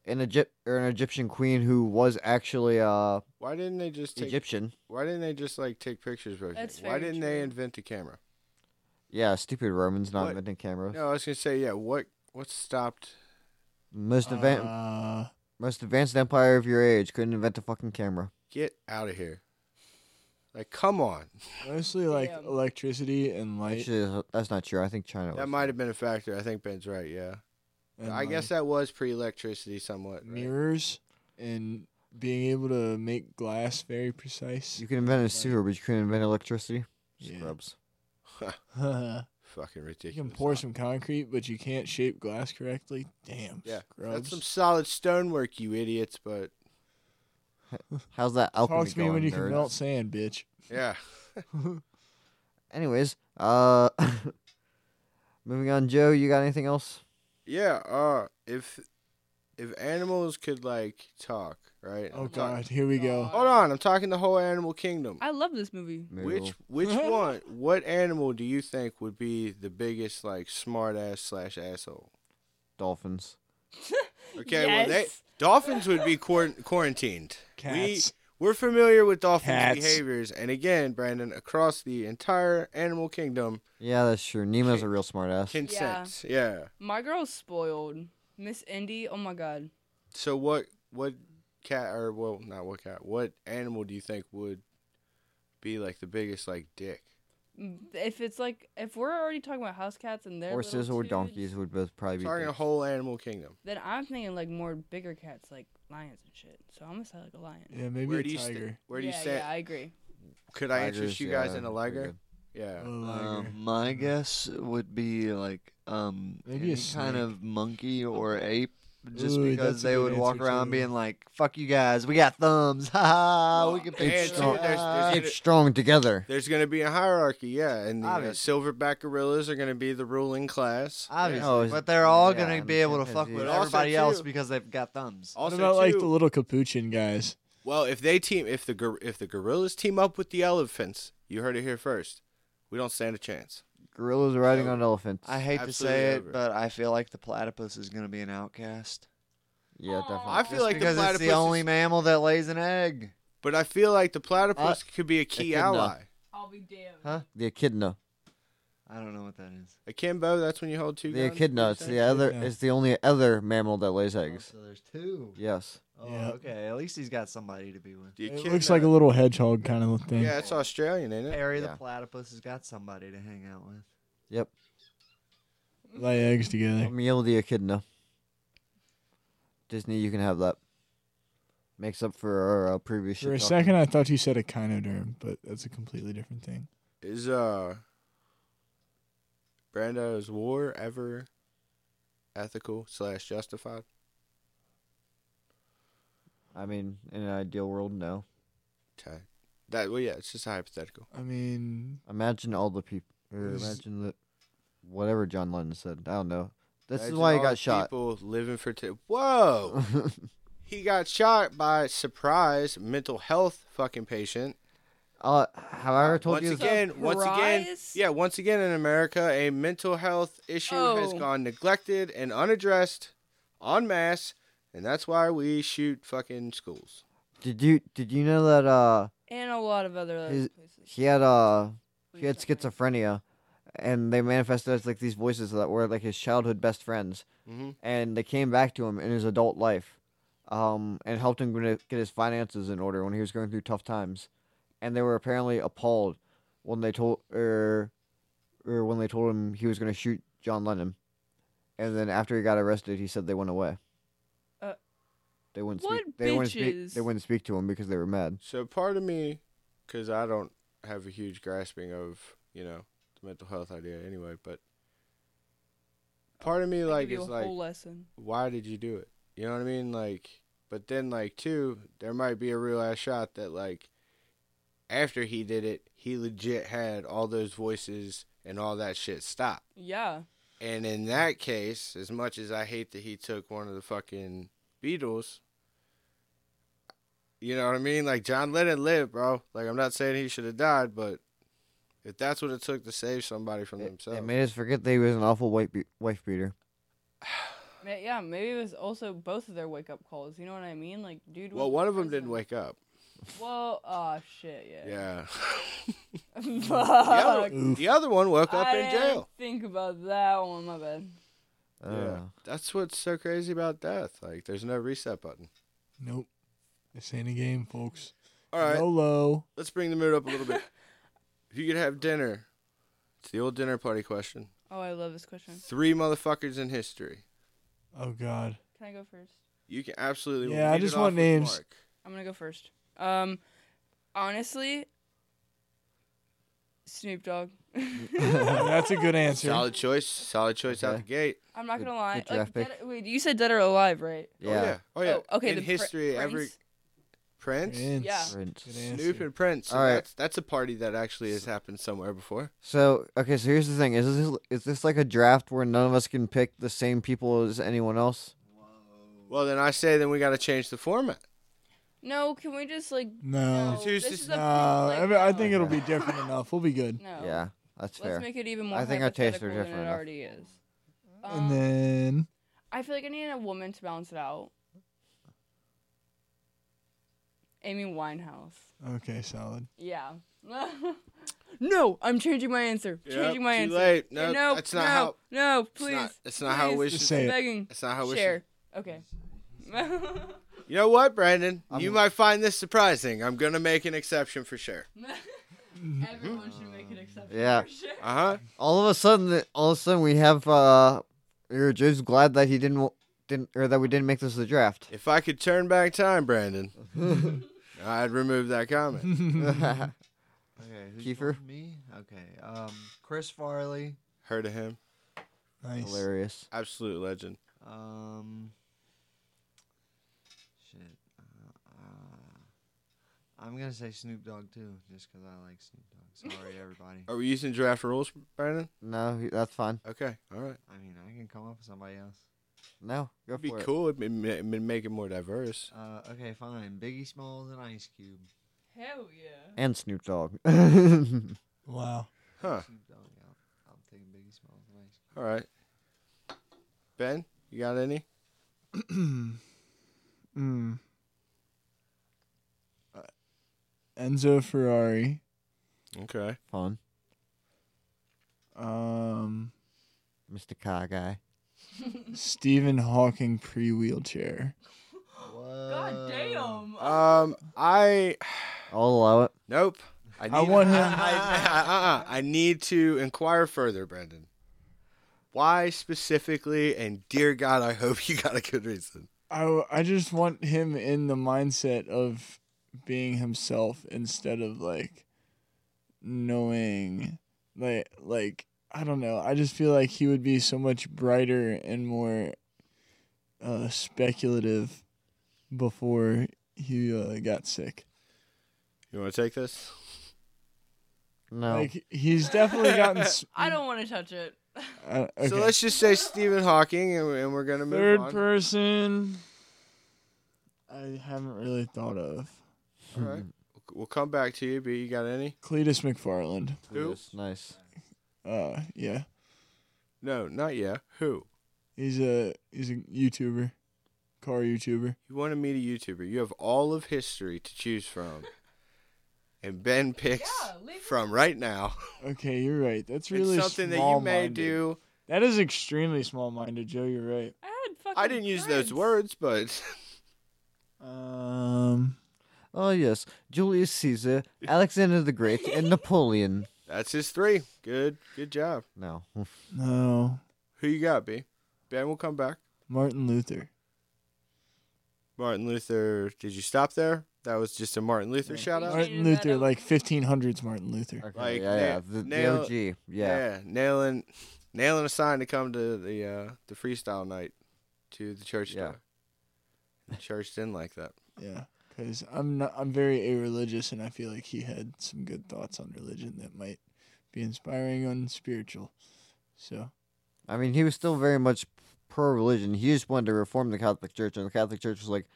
an Egypt or an Egyptian queen who was actually uh why didn't they just take Egyptian. why didn't they just like take pictures of That's it? Why very didn't they true. invent a camera? Yeah, stupid Romans not What? inventing cameras. No, I was gonna say, yeah, what what stopped Most advan- Uh, most advanced empire of your age couldn't invent a fucking camera. get out of here? Like, come on. mostly like Damn. electricity and light. Actually, that's not true. I think China. That was. might have been a factor. I think Ben's right, yeah. and, I guess like, that was pre electricity somewhat. right? mirrors and being able to make glass very precise. You can invent a sewer, but you couldn't invent electricity. Yeah. Scrubs. you Fucking ridiculous. can pour some concrete, but you can't shape glass correctly. Damn. Yeah. That's scrubs. some solid stonework, you idiots, but How's that alchemy Talk to me going, when you nerds? can melt sand, bitch. yeah. Anyways, uh, moving on. Joe, you got anything else? Yeah, uh if if animals could like talk, right? Oh I'm talk- God, here we go. Hold on, I'm talking the whole animal kingdom. I love this movie. Maybe Which we'll- which one? What animal do you think would be the biggest like smart ass slash asshole? dolphins? Okay, well they Yes. dolphins would be quar- quarantined. We Cats. we're familiar with dolphins' Cats. behaviors, and again, Brandon, across the entire animal kingdom, Yeah, that's true. Nemo's a real smartass. consent. Yeah. My girl's spoiled. Miss Indy. Oh my god. So what what cat or well not what cat what animal do you think would be like the biggest like dick? If it's like if we're already talking about house cats and their Horses little or dudes, donkeys would both probably be. Talking a dicks. whole animal kingdom. then I'm thinking like more bigger cats like lions and shit. So I'm gonna say like a lion. Yeah, maybe Where a do you stand? tiger. Where do yeah, you stand? Yeah, I agree. Could I Tigers, interest you guys yeah, in a pretty liger? good. Yeah. Um, A Uh, liger. my guess would be like um Maybe a any kind snake. of monkey or ape, just Ooh, because that's a they good would walk answer, around too. being like, "Fuck you guys, we got thumbs, ha ha, we Well, can and pick too, strong." there's- there's Keep gonna- strong together. There's going to be a hierarchy, yeah, and the uh, Obviously. silverback gorillas are going to be the ruling class. Obviously, Oh, is- but they're all yeah, gonna and be able to fuck chimpanzees. with But also, everybody else too- because they've got thumbs. What Also, about like too, the little capuchin guys? well, if they team, if the gor- if the gorillas team up with the elephants, you heard it here first. We don't stand a chance. Gorillas riding on elephants. I hate to Absolutely say over. it, but I feel like the platypus is gonna be an outcast. yeah, definitely. I feel Just like the because platypus, it's the only is- mammal that lays an egg. but I feel like the platypus Uh, could be a key echidna. ally. I'll be damned. Huh? the echidna. I don't know what that is. Akimbo, that's when you hold two. The guns, echidna. what It's you're the saying? other. Yeah. It's the only other mammal that lays Oh, eggs. so there's two. Yes. Oh, Yeah. okay. At least he's got somebody to be with. The It echidna. looks like a little hedgehog kind of thing. Yeah, it's Australian, ain't it? Harry Yeah. the platypus has got somebody to hang out with. Yep. Lay eggs together. Meal the echidna. Disney, you can have that. Makes up for our uh, previous. For a shit talking. second, I thought you said echinoderm, but that's a completely different thing. Is uh, Brando is war ever ethical slash justified? I mean, in an ideal world, no. Okay. That well, yeah, it's just a hypothetical. I mean, Imagine all the people. Or Is- imagine that. Whatever John Lennon said, I don't know. This Imagine is why he all the got shot. People living for t- whoa. he got shot by surprise mental health fucking patient. uh, have I ever told once you? again, once again, Surprise? yeah, once again in America, a mental health issue has Oh. gone neglected and unaddressed en masse, and that's why we shoot fucking schools. Did you did you know that uh And a lot of other Is- places. he had uh he Please had don't. schizophrenia, and they manifested as like these voices that were like his childhood best friends, Mhm. and they came back to him in his adult life, um, and helped him gonna get his finances in order when he was going through tough times, and they were apparently appalled when they told or, or when they told him he was going to shoot John Lennon, and then after he got arrested, he said they went away. Uh, they wouldn't what speak. They wouldn't speak. bitches? They wouldn't speak to him because they were mad. So part of me, because I don't have a huge grasping of you know the mental health idea anyway, but part of me I like give you is a like, whole lesson. why did you do it? You know what I mean? Like, but then like too, there might be a real ass shot that like after he did it, he legit had all those voices and all that shit stop. Yeah. And in that case, as much as I hate that he took one of the fucking Beatles, you know what I mean? Like John Lennon lived, bro. Like I'm not saying he should have died, but if that's what it took to save somebody from It, themselves, it made us forget that he was an awful white be- wife beater. Ma- Yeah, maybe it was also both of their wake up calls. You know what I mean? Like, dude. well, was one in of them didn't prison. wake up. Well, oh shit, yeah. Yeah, the, Fuck. other, the other one woke up I in didn't jail. Think about that one. My bad. Yeah, Oh. Uh, that's what's so crazy about death. Like, there's no reset button. Nope. This ain't a game, folks. All right, YOLO. let's bring the mood up a little bit. if you could have dinner, it's the old dinner party question. Oh, I love this question. Three motherfuckers in history. Oh God. Can I go first? You can absolutely. Yeah, I lead it just off want with names. Mark. I'm gonna go first. Um, honestly, Snoop Dogg. That's a good answer. Solid choice. Solid choice out Okay. the gate. I'm not Good- gonna lie. good Like, draft pick. dead, wait, you said dead or alive, right? Oh, yeah. yeah. Oh yeah. Oh, okay. In the Pri- history, every Prince, Prince? Prince. Yeah. Prince. Good Snoop, answer. and Prince. So All right. That's that's a party that actually has happened somewhere before. So okay, so here's the thing: is this is this like a draft where none of us can pick the same people as anyone else? Well, then I say then we got to change the format. No, can we just like? No. No, It's this just- is No, a pre- I, like, mean, I no, think it'll be different enough. We'll be good. No. Yeah, that's Let's fair. make it even more. I think our tastes are hypothetical than different It enough. already is. Um, And then I feel like I need a woman to balance it out. Amy Winehouse. okay, solid. Yeah. no, I'm changing my answer. Yep, changing my too answer. late. No, no, that's not no, how- No, It's please. not, it's not how please. wishes. Just say it. begging. It's not how wishes. Share. Okay. You know what, Brandon? I'm- you might find this surprising. I'm gonna make an exception for sure. Everyone should make an exception. Yeah. for Cher. Uh huh. All of a sudden, th- all of a sudden, we have. uh You're just glad that he didn't wa- didn't or that we didn't make this the draft. If I could turn back time, Brandon, I'd remove that comment. Okay, Kiefer? going? Me? Okay. Um, Chris Farley. Heard of him? Nice. Hilarious. Absolute legend. Um, shit. Uh, uh, I'm gonna say Snoop Dogg too, just 'cause I like Snoop Dogg. Sorry, everybody. Are we using draft rules, Brandon? No, he- that's fine. Okay, all right. I mean, I can come up with somebody else. No, go It'd be for it. cool. It'd be, ma- it'd make it more diverse. Uh, okay, fine. Biggie Smalls and Ice Cube. Hell yeah. And Snoop Dogg. All Wow. Huh. Snoop Dogg. I'll, I'll take Biggie Smalls and Ice Cube. All right. Ben, you got any? Mm. Uh, Enzo Ferrari. Okay. Fun, Um, Mr. Car guy. Stephen Hawking pre wheelchair. Uh, God damn. Um, I I'll allow it. nope. I, need, want him- I, uh, I need to inquire further, Brandon. Why specifically? And dear God, I hope you got a good reason. I w- I just want him in the mindset of being himself instead of like knowing like like I don't know. I just feel like he would be so much brighter and more uh speculative before he uh, got sick. You want to take this? No. Like he's definitely gotten s I don't want to touch it. uh, okay. So let's just say Stephen Hawking, and, and we're gonna move third on. person I haven't really thought of. All right. We'll come back to you. B, you got any? Cletus McFarland. Who? Yes, Nice. Uh yeah. No, not yet. Who? He's a he's a YouTuber, car YouTuber. You want to meet a YouTuber. You have all of history to choose from. and Ben picks Yeah, leave it- from right now. Okay, you're right. That's really it's something that you small-minded. may do. That is extremely small-minded, Joe. You're right. I had fucking. I didn't use those friends. words, but Um, Oh yes, Julius Caesar, Alexander the Great, and Napoleon. that's his three. Good, good job. No, no, Who you got, B? Ben will come back. Martin Luther. Martin Luther. Did you stop there? That was just a Martin Luther Yeah. shout out. Martin That Luther, up. like 1500s Martin Luther. okay, Like, yeah, na- yeah, the, nail- the OG, yeah. nailing, nailing a sign to come to the uh, the freestyle night to the church Yeah. door. The church didn't like that. Yeah, because I'm not. I'm very irreligious, and I feel like he had some good thoughts on religion that might be inspiring on spiritual. So I mean, he was still very much pro-religion. He just wanted to reform the Catholic Church, and the Catholic Church was like,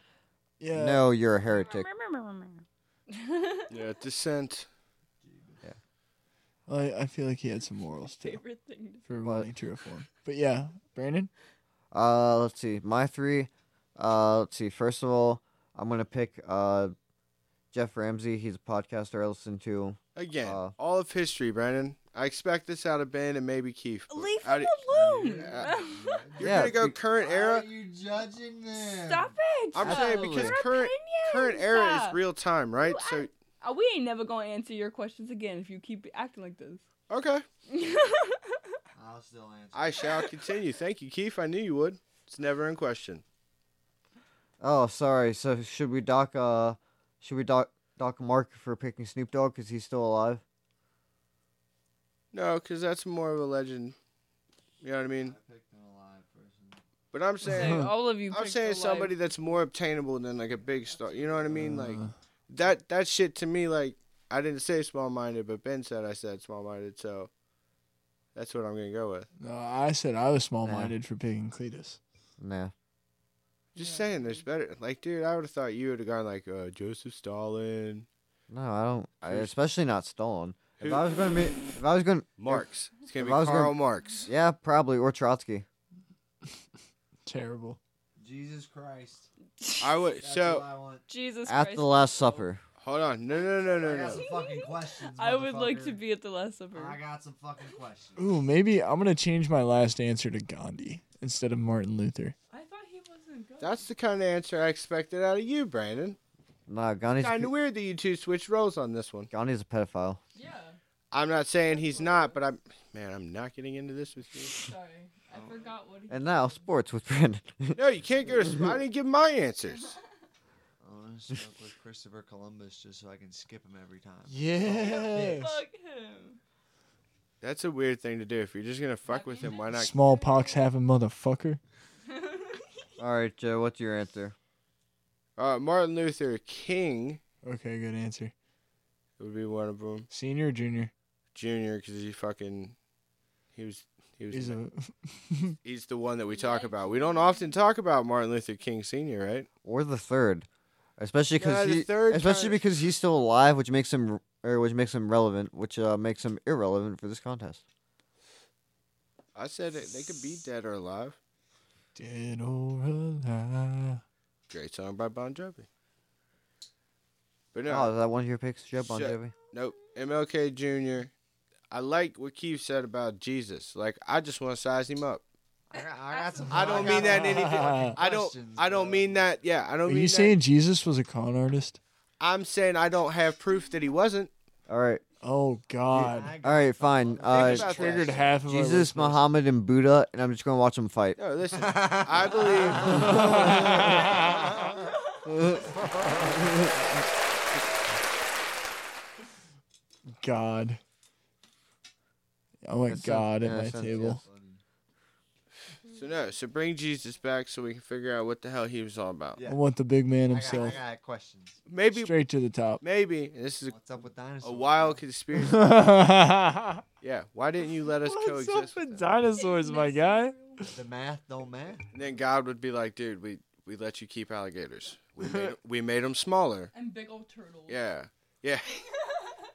yeah, "No, you're a heretic." Yeah, dissent. I, I feel like he had some morals too Favorite thing. for wanting to reform. But yeah, Brandon. Uh, let's see. My three. Uh, let's see. First of all, I'm gonna pick uh, Jeff Ramsey. He's a podcaster I listen to. Again, Uh, all of history, Brandon. I expect this out of Ben and maybe Keith. but To... Leave out him of- alone. You're Yeah, gonna go be- current era. you judging them? Stop it. I'm saying because Your current opinions. current era Stop. is real time, right? Well, So Uh, we ain't never gonna answer your questions again if you keep acting like this. okay, I'll still answer. I shall continue. Thank you, Keith. I knew you would. It's never in question. Oh, sorry. So should we dock? Uh, should we dock dock Mark for picking Snoop Dogg because he's still alive? No, because that's more of a legend. You know what I mean? But I'm Saying saying all of you. I'm picked saying alive. somebody that's more obtainable than like a big star. You know what I mean? Like Uh. that that shit to me like I didn't say small minded, but Ben said I said small minded, so that's what I'm gonna go with. No, I said I was small-minded for picking Cletus. Nah. Just saying, there's better. Like, dude, I would have thought you would have gone like uh, Joseph Stalin, No, I don't. I, Who's- especially not Stalin. If Who- I was gonna be, if I was gonna, Marx. It's gonna If be I Karl was gonna- Marx. yeah, probably or Trotsky. Terrible. Jesus Christ. I would. so want. Jesus At Christ. the Last Supper. hold on. No, no, no, no, no. some fucking questions, I would like to be at the Last Supper. got some fucking questions. Ooh, maybe I'm gonna change my last answer to Gandhi instead of Martin Luther. I thought he wasn't good. That's the kind of answer I expected out of you, Brandon. Nah, Gandhi's Kind a, of weird that you two switched roles on this one. Gandhi's a pedophile. yeah. I'm not saying he's not, but I'm. Man, I'm not getting into this with you. Sorry, I forgot what he. Oh. And now sports with Brandon. No, you can't go to. sp- I didn't give my answers. I want to smoke with Christopher Columbus just so I can skip him every time. Yes. Fuck him. That's a weird thing to do. If you're just gonna fuck with him, why not? Smallpox having motherfucker. All right, Joe, what's your answer? Uh, Martin Luther King Okay, good answer. would be one of them. Senior, or junior. Junior, because he fucking. He was. He was. He's a he's the one that we talk about. We don't often talk about Martin Luther King Sr., right? Or the third, especially Yeah, because the he, third especially time. because he's still alive, which makes him or which makes him relevant, which uh, makes him irrelevant for this contest. I said it, they could be dead or alive. dead or alive. Great song by Bon Jovi. But no, Oh, is that one of your picks, Joe Bon Shit. Jovi? nope. MLK Jr. I like what Keith said about Jesus. Like, I just want to size him up. I got, I got some. I don't mean that any. I don't. Questions, I don't bro. mean that. Yeah, I don't Are mean you that. saying Jesus was a con artist? I'm saying I don't have proof that he wasn't. All right, Oh God! all right, fine. Uh, about that. Triggered half of our Jesus, listeners. Muhammad, and Buddha, and I'm just gonna watch them fight. No, listen. I believe. God. I went That sounds- God yeah, at that my sounds- table. So no. So bring Jesus back so we can figure out what the hell he was all about. Yeah. I want the big I man got, I himself. got questions. Maybe. Straight to the top. Maybe and this is a What's up with Oh. dinosaurs? a wild conspiracy. What's yeah, why didn't you let us coexist? up with with them? dinosaurs, my guy? The math don't math. And then God would be like, dude, we we let you keep alligators. We made we made them smaller. And big old turtles. Yeah, yeah.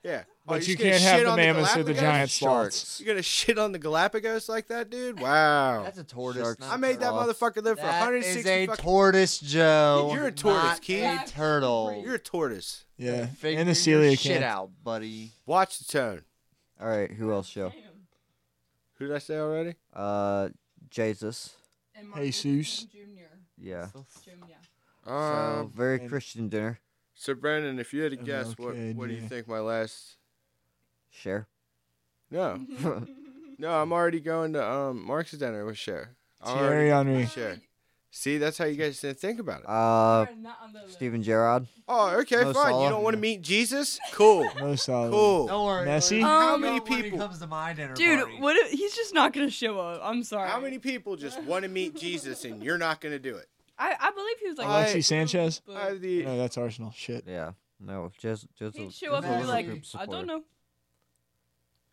Yeah. But Are you just gonna can't have shit the on mammoths or the Galapagos? giant Sharks. sloths. You're gonna shit on the Galapagos like that, dude? Wow. That's a tortoise. Sharks. not I a made that turtle. motherfucker live for That is 160 a fucking. tortoise, Joe. You're a tortoise, not kid. A turtle. You're a tortoise. Yeah. Figure and your the Celia shit can't. out, buddy. Watch the tone. All right, who else, Joe? Who did I say already? Uh, Jesus. And Martin Luther King Jesus. Junior. Yeah. So Um, very and- Christian dinner. so Brandon, if you had to MLK guess, what what do you Jr. think my last? Share. No, no, I'm already going to um Mark's dinner with Cher. Thierry Henry. Cher. See, that's how you guys didn't think about it. Uh, Steven Gerrard. Oh, okay, fine. Mo Salah. You don't want to meet Jesus? Cool, Mo Salah. cool. worry. Messi? Um, How How many many people people- comes to my dinner party? Dude, what? If, he's just not gonna show up. I'm sorry. How many people just want to meet Jesus and you're not going to do it? I, I believe he was like. Alexi "Oh, Sanchez? but I have the No, that's Arsenal. Shit. Yeah. No, just just. He'd show up and be like, I don't know.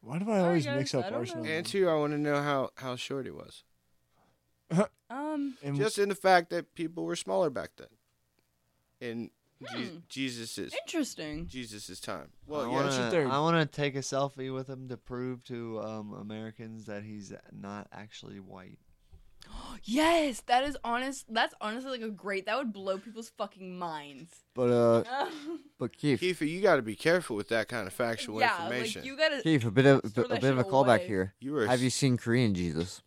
Why do I Sorry, always guys, mix I up don't Arsenal? know. and two. I want to know how how short he was. Um, And Just in the fact that people were smaller back then, in Hmm. Je- Jesus's interesting. Jesus's time. I Well, yeah, it's your wanna, third. I wanna take a selfie with him to prove to um, Americans that he's not actually white. Yes, that is honest. That's honestly like a great. That would blow people's fucking minds. But uh, yeah, but Keith, Kiefer, you got to be careful with that kind of factual like information. you gotta. Keith, a bit of Throw a that bit of a shit callback away. here. You were a Have you s- seen Korean Jesus?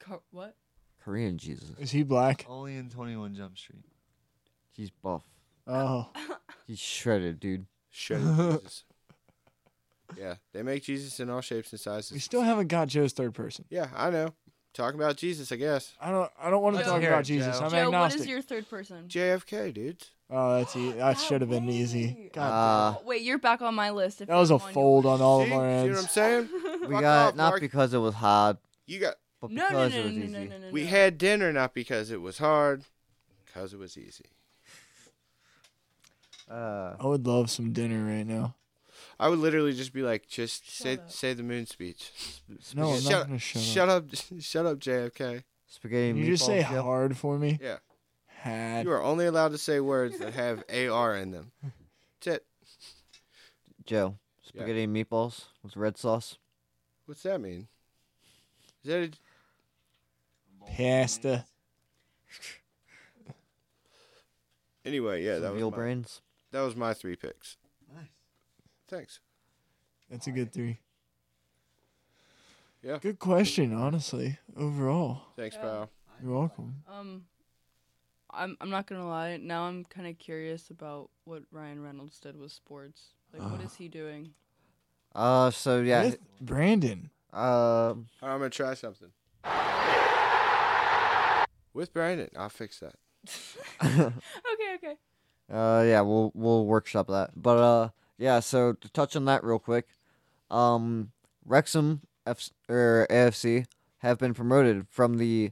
Co- what? Korean Jesus. is he black? Only in 21 Jump Street. He's buff. Oh, He's shredded, dude. Shut up, Jesus. Yeah, they make Jesus in all shapes and sizes. we still haven't got Joe's third person. yeah, I know. Talking about Jesus, I guess. I don't. I don't want to Let's talk hear about it, Jesus. Joe. I'm Joe, what agnostic. is your third person? JFK, dude. Oh, that's e- that should have been easy. way. God, Uh, Wait, you're back on my list. If that was a that's on your fold list. on all see, of our see what I'm ends. saying? we Fuck got off, not Mark. because it was hard, You got. but No, no, no, because no, it no, was no, easy. no, no, no. We had dinner not because it was hard, because it was easy. Uh, I would love some dinner right now. I would literally just be like, just say up. say the moon speech. No, I'm shut, not gonna shut, up. up. Shut up, JFK. spaghetti. Can and you just say meatballs, Joe? hard for me? Yeah, Had. you are only allowed to say words that have AR in them. That's it. Joe, spaghetti and meatballs with red sauce. What's that mean? Is that a, Pasta. anyway? Yeah, that some was real my- brains. That was my three picks. Nice. Thanks. That's a good three. Yeah. Good question, honestly. Overall, Thanks, Yeah. pal. you're welcome. Um, I'm I'm not gonna lie. Now I'm kind of curious about what Ryan Reynolds did with sports. Like, what is he doing? Uh, so yeah. With Brandon. Uh, All right, I'm gonna try something. With Brandon, I'll fix that. Okay, okay. Uh, yeah, we'll we'll workshop that. But uh, yeah. So to touch on that real quick, um, Wrexham F or AFC have been promoted from the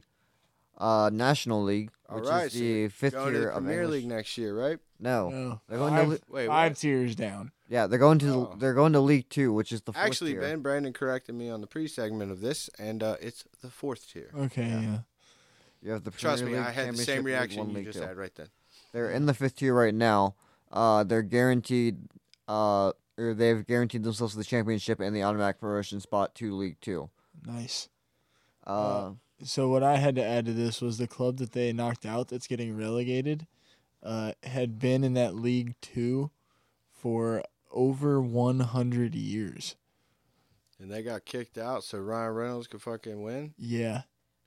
uh National League, All which right, is so the fifth Going to the tier of Premier English- League next year, right? No, No. they're going to Five, li- Wait, five what? tiers down. yeah, they're going to the- Oh. they're going to League Two, which is the fourth Actually, tier. Ben Brandon corrected me on the pre-segment of this, and uh, it's the fourth tier. Okay, yeah. You have the Trust Premier me, Oh, League, I had the Championship same League One, reaction you League just Two. had right then. They're in the fifth tier right now. Uh, they're guaranteed. Uh, or they've guaranteed themselves the championship and the automatic promotion spot to League Two. Nice. uh So what I had to add to this was the club that they knocked out that's getting relegated uh, had been in that league two for over 100 years. And they got kicked out, so Ryan Reynolds could fucking win. Yeah,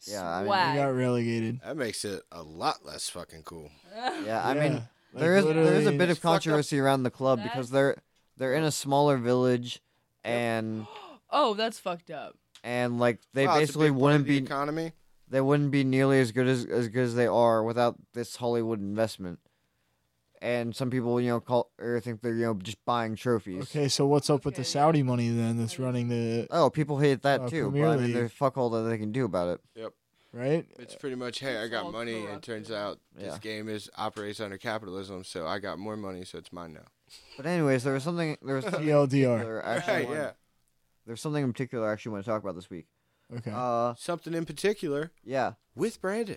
Yeah, I mean, they Swag. got relegated. That makes it a lot less fucking cool. Yeah, I Yeah, mean, like, there is there is a literally, bit of fucked up. controversy around the club because they're they're in a smaller village, and Oh, that's fucked up. and like they Wow, it's a basically big part of wouldn't the be economy. they wouldn't be nearly as good as as good as they are without this Hollywood investment. And some people, you know, call or think they're you know just buying trophies. Okay, so what's up with the Okay, yeah. Saudi money then that's running the Oh, people hate that Uh, too, Premier but I mean, League. there's fuck all that they can do about it. right? It's pretty much, hey, I It's got all money, and corrupted. turns out this Yeah. game is operates under capitalism, so I got more money, so it's mine now. But anyways, there was something there was something in TLDR. particular actually Right, wanted- yeah. there's something in particular I actually want to talk about this week. Okay. Uh, Something in particular yeah. with Brandon.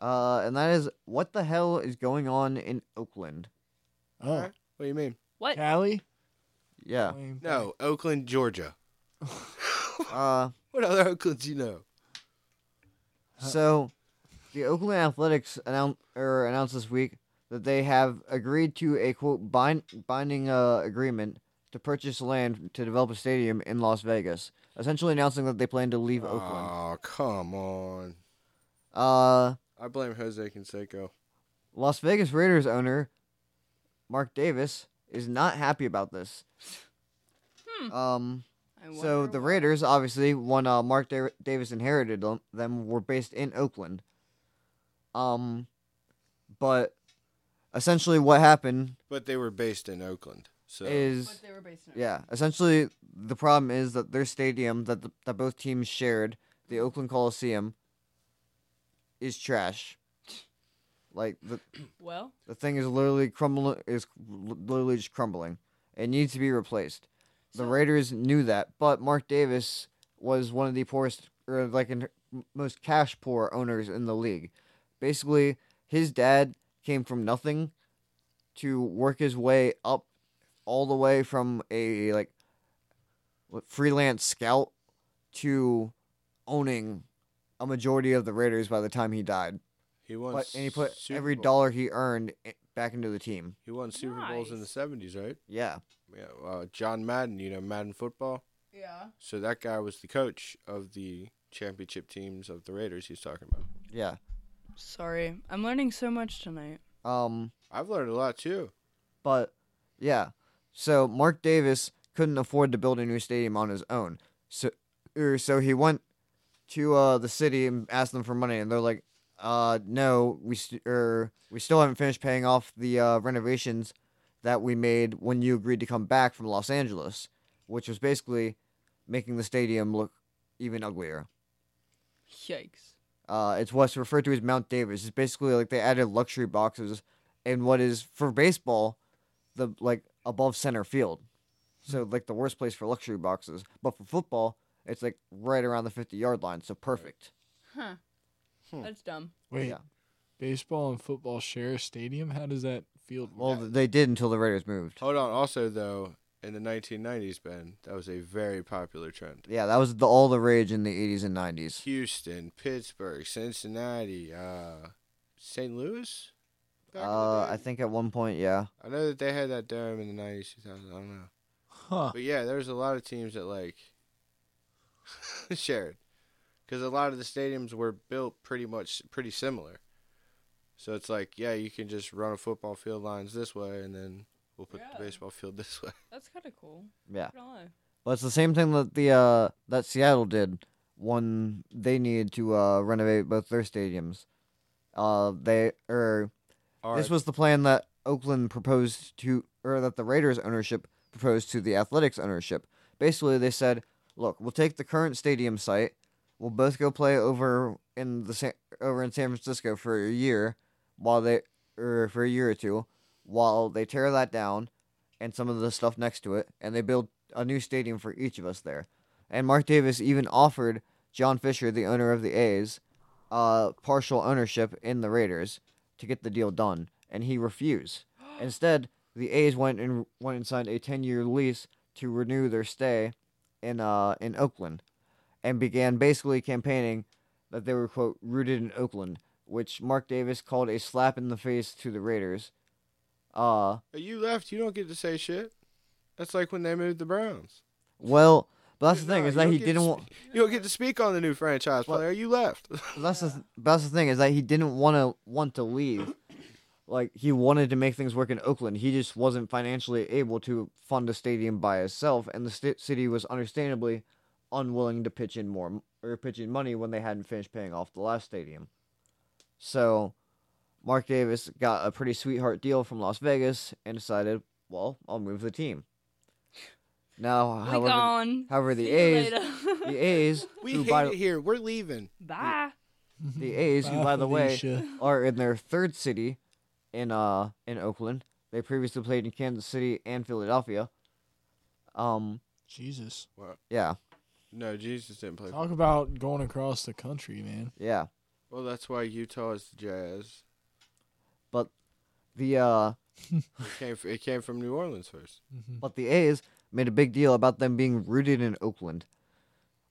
Uh, and that is what the hell is going on in Oakland? oh, What do you mean? What? Cali? Yeah. No, Oakland, Georgia. Uh, What other Oaklands you know? so the Oakland Athletics announce er, announced this week that they have agreed to a quote bind- binding uh, agreement to purchase land to develop a stadium in Las Vegas, essentially announcing that they plan to leave Oakland. Oh, come on. Uh, I blame Jose Canseco. Las Vegas Raiders owner Mark Davis is not happy about this. Um, I so wonder the why. Raiders, obviously, when uh, Mark Da- Davis inherited them, them, were based in Oakland. Um, but essentially, what happened But they were based in Oakland. So is But they were based in yeah, essentially the problem is that their stadium that the, that both teams shared, the Oakland Coliseum, is trash. Like the Well, the thing is literally crumbling. Is l- literally just crumbling. It needs to be replaced. The So- Raiders knew that, but Mark Davis was one of the poorest, or like in, most cash poor owners in the league. Basically, his dad came from nothing to work his way up, all the way from a like what, freelance scout to owning a majority of the Raiders by the time he died. he won But, and he put Super every Bowl- dollar he earned i- back into the team. He won Super Bowls in the Nice. 70s, right? Yeah. Yeah, uh, John Madden, you know, Madden football. yeah. So that guy was the coach of the championship teams of the Raiders he's talking about. Yeah. Sorry, I'm learning so much tonight. Um I've learned a lot too. but yeah. So Mark Davis couldn't afford to build a new stadium on his own. So er, so he went to uh the city and asked them for money and they're like uh no, we st- er, we still haven't finished paying off the uh renovations that we made when you agreed to come back from Los Angeles, which was basically making the stadium look even uglier. Yikes. Uh, it's what's referred to as Mount Davis. It's basically like they added luxury boxes in what is for baseball, the like above center field. So like the worst place for luxury boxes, but for football, it's like right around the fifty yard line. So perfect. Huh. Hmm. That's dumb. Wait, Yeah. baseball and football share a stadium? How does that field work? Well, th- they did until the Raiders moved. Hold on. Also, though, in the 1990s, Ben, that was a very popular trend. Yeah, that was the, all the rage in the eighties and nineties. Houston, Pittsburgh, Cincinnati, uh, St. Louis. back in the Uh, day? I think at one point, yeah, I know that they had that dome in the 90s, 2000. I don't know. Oh. Huh. But yeah, there's a lot of teams that like shared because a lot of the stadiums were built pretty much pretty similar. So it's like, yeah, you can just run a football field lines this way, and then we'll put Yeah. the baseball field this way. That's kind of cool. yeah. Not gonna lie. Well, it's the same thing that the uh, that Seattle did when they needed to uh, renovate both their stadiums. Uh, they or this was the plan that Oakland proposed to, or that the Raiders ownership proposed to the Athletics ownership. Basically, they said, "Look, we'll take the current stadium site. We'll both go play over in the San, over in San Francisco for a year, while they or for a year or two, while they tear that down, and some of the stuff next to it, and they build a new stadium for each of us there." And Mark Davis even offered John Fisher, the owner of the A's, uh, partial ownership in the Raiders to get the deal done, and he refused. Instead, the A's went and went and signed a ten-year lease to renew their stay in uh in Oakland, and began basically campaigning that they were quote rooted in Oakland, which Mark Davis called a slap in the face to the Raiders. Uh, you left. You don't get to say shit. That's like when they moved the Browns. well, but that's the No, thing is you that don't he get to didn't spe- want. You don't get to speak on the new franchise Well- player. You left. That's the that's the thing is that he didn't want to want to leave. Like he wanted to make things work in Oakland. He just wasn't financially able to fund a stadium by himself, and the st- city was understandably unwilling to pitch in more m- or pitch in money when they hadn't finished paying off the last stadium. So, Mark Davis got a pretty sweetheart deal from Las Vegas and decided, well, I'll move the team. Now, We however, gone. however the See you A's, later. the A's, we who hate by, it here. We're leaving. Bye. the A's, who Bye, by the way Felicia. are in their third city in uh in Oakland. They previously played in Kansas City and Philadelphia. Um, Jesus. yeah, No, Jesus didn't play. Talk about going across the country, man. yeah. Well, that's why Utah is the Jazz. The uh, It came, it came from New Orleans first. Mhm. but the A's made a big deal about them being rooted in Oakland.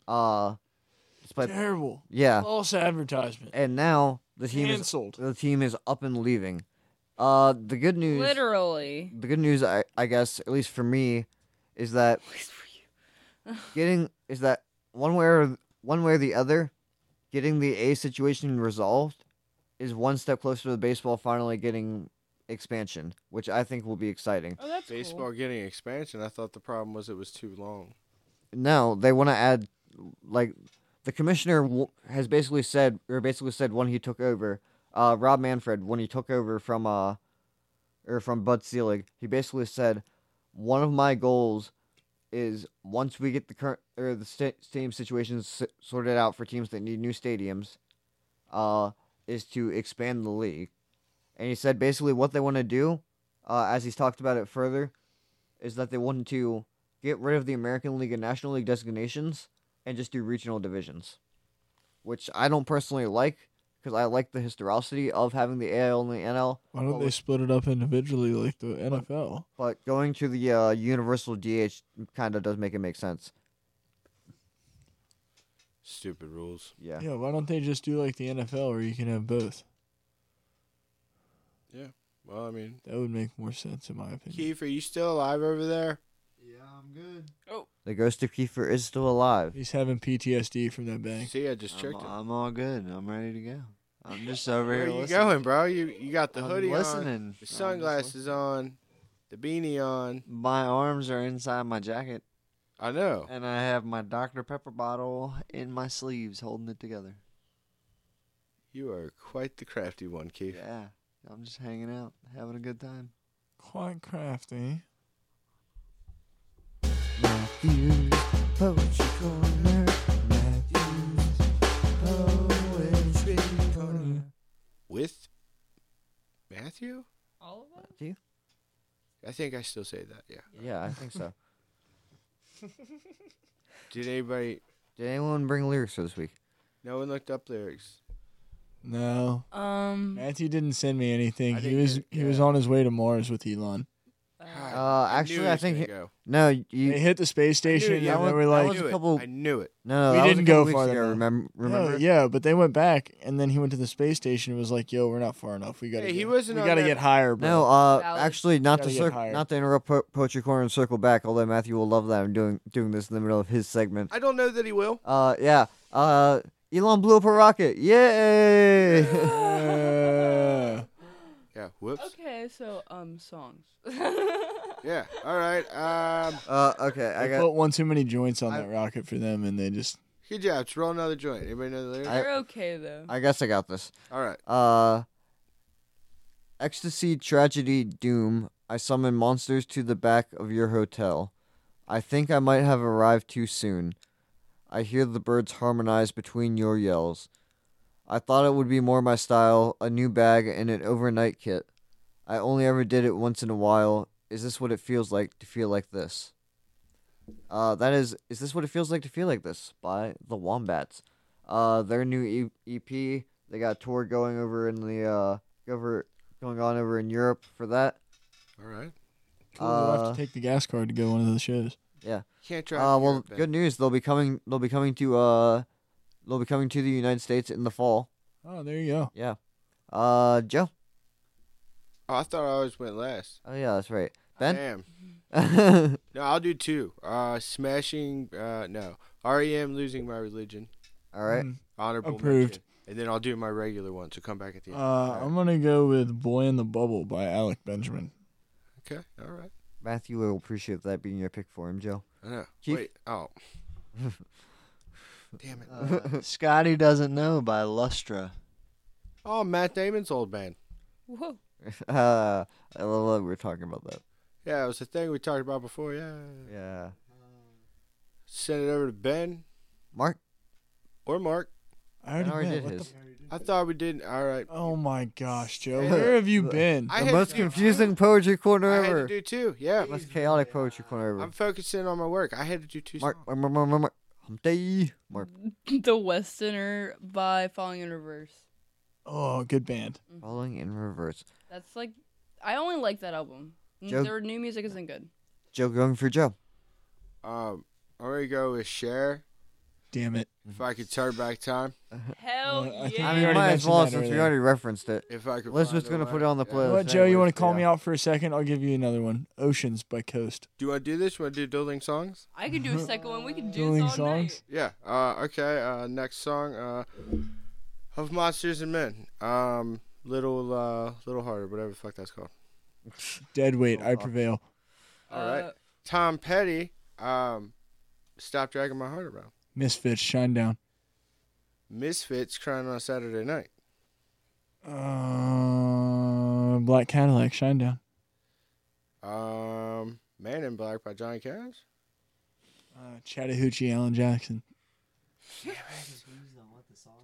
Uh, despite, Terrible. yeah. False advertisement. And now the team is Cancelled. the team is up and leaving. Uh, the good news, Literally. the good news, I, I guess, at least for me, is that getting is that one way or one way or the other, getting the A situation resolved is one step closer to the baseball finally getting expansion, which I think will be exciting. Oh, that's Baseball getting expansion. I thought the problem was it was too long. No, they want to add like the commissioner w- has basically said or basically said when he took over uh Rob Manfred when he took over from uh or from Bud Selig he basically said one of my goals is once we get the current or the sta- stadium situations s- sorted out for teams that need new stadiums uh is to expand the league and he said basically what they want to do uh, as he's talked about it further is that they want to get rid of the American League and National League designations and just do regional divisions, which I don't personally like because I like the historicity of having the AL and the NL. Why don't they split it up individually like the NFL? But going to the uh, universal DH kind of does make it make sense. Stupid rules. Yeah. Yeah, why don't they just do like the NFL where you can have both? Well, I mean, That would make more sense in my opinion. Keith, are you still alive over there? Yeah, I'm good. The ghost of Kiefer is still alive. He's having PTSD from that bang. See, I just I'm, checked it. I'm all good. I'm ready to go. I'm just over Where here. are you listening. going, bro? You you got the I'm hoodie on, listening. the sunglasses on, the beanie on. My arms are inside my jacket, I know. and I have my Dr. Pepper bottle in my sleeves holding it together. You are quite the crafty one, Keith. Yeah. I'm just hanging out, having a good time. Quite crafty. With Matthew? All of them? I think I still say that, yeah. Yeah, I think so. Did anybody Did anyone bring lyrics for this week? no one looked up lyrics? No. Um. Matthew didn't send me anything. I He didn't was get- he was yeah. on his way to Mars with Elon. uh, Uh, knew actually, he I was gonna think go. no, They you hit the space station Dude, and that then was- they were I that like, was knew a it. couple- I knew it. no, no, We that was a didn't couple go weeks far ago, enough. Remember? remember? "No, yeah, but they went back and then he went to the space station and was like, "Yo, we're not far enough. We gotta Hey, get, he wasn't we on gotta that- get higher, bro." No, uh, Valid. actually, not to Gotta get cir- higher. not to interrupt po- poetry corner and circle back. Although Matthew will love that I'm doing doing this in the middle of his segment. I don't know that he will. Uh, yeah. Uh, Elon blew up a rocket. Yay! Uh, Yeah. Whoops. okay, so um, songs. Yeah. All right. Um uh, okay, I I got. put one too many joints on that rocket for them, and they just good job. Just roll another joint. Anybody know the lyrics? I- They're okay though. I guess I got this. All right. Uh, ecstasy, tragedy, doom. I summon monsters to the back of your hotel. I think I might have arrived too soon. I hear the birds harmonize between your yells. I thought it would be more my style, a new bag and an overnight kit. I only ever did it once in a while. Is this what it feels like to feel like this? Uh, that is, is this what it feels like to feel like this? By the Wombats. Uh, their new e- EP. They got a tour going over in the uh, over going on over in Europe for that. All right. cool, we'll Uh, have to take the gas card to go one of those shows. Can't try. Uh, well, good news. They'll be coming. They'll be coming to uh, they'll be coming to the United States in the fall. Oh, there you go. Yeah. Uh, Joe. Oh, I thought I always went last. Oh yeah, that's right. Ben. Damn. No, I'll do two. Uh, smashing. Uh, no. REM losing my religion. All right. Mm. Honorable Approved. mention. And then I'll do my regular one. So come back at the end. Uh, I'm gonna go with "Boy in the Bubble" by Alec Benjamin. okay. All right. Matthew will appreciate that being your pick for him, Joe. I know. Keith? Wait. Oh. Damn it. Uh, Scotty Doesn't Know by Lustra. oh, Matt Damon's old band. Whoa. Uh, I love that we were talking about that. Yeah, it was the thing we talked about before. Yeah. Yeah. Send it over to Ben Mark. or Mark. I already, I already did. did What the his. I thought we did. All right. Oh my gosh, Joe, Hey, where have you been? I The had most to do confusing poetry corner I had to ever. do two. Yeah. Most chaotic poetry corner ever. I'm focusing on my work. I had to do two. Mark, songs. Mark, Mark, Mark, Mark, Mark. Hump day. Mm-hmm. Mark. the Westerner by Falling in Reverse. Oh, good band. Falling in reverse. That's like, I only like that album. Joe- Their new music isn't good. Joe going for Joe. Um, I'm gonna go with Cher. Damn it. If I could turn back time, Hell Well, I think yeah. I we mean, already might as well mentioned that since we earlier. already referenced it. if I could. Elizabeth's find a gonna put way. it on the Yeah. playlist. Well, Joe, you anyways, want to call yeah. me out for a second? I'll give you another one. Oceans by Coast. Do you want to do this? Want to do dueling songs? I could do a second one. We could do Dueling this all songs. night. Yeah. Uh, okay. Uh, next song. Uh, of monsters and men. Um, little uh, little harder, whatever the fuck that's called. Dead weight. I prevail. All right. Uh, Tom Petty. Um, stop dragging my heart around. Misfits. Shine down. Misfits crying on a Saturday night. Uh, Black Cadillac. Shine down. Um, Man in Black by Johnny Cash. Uh, Chattahoochee. Alan Jackson.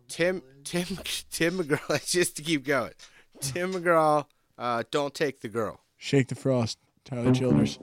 Tim Tim Tim McGraw. Just to keep going. Tim McGraw. Uh, don't take the girl. Shake the Frost. Tyler Childers.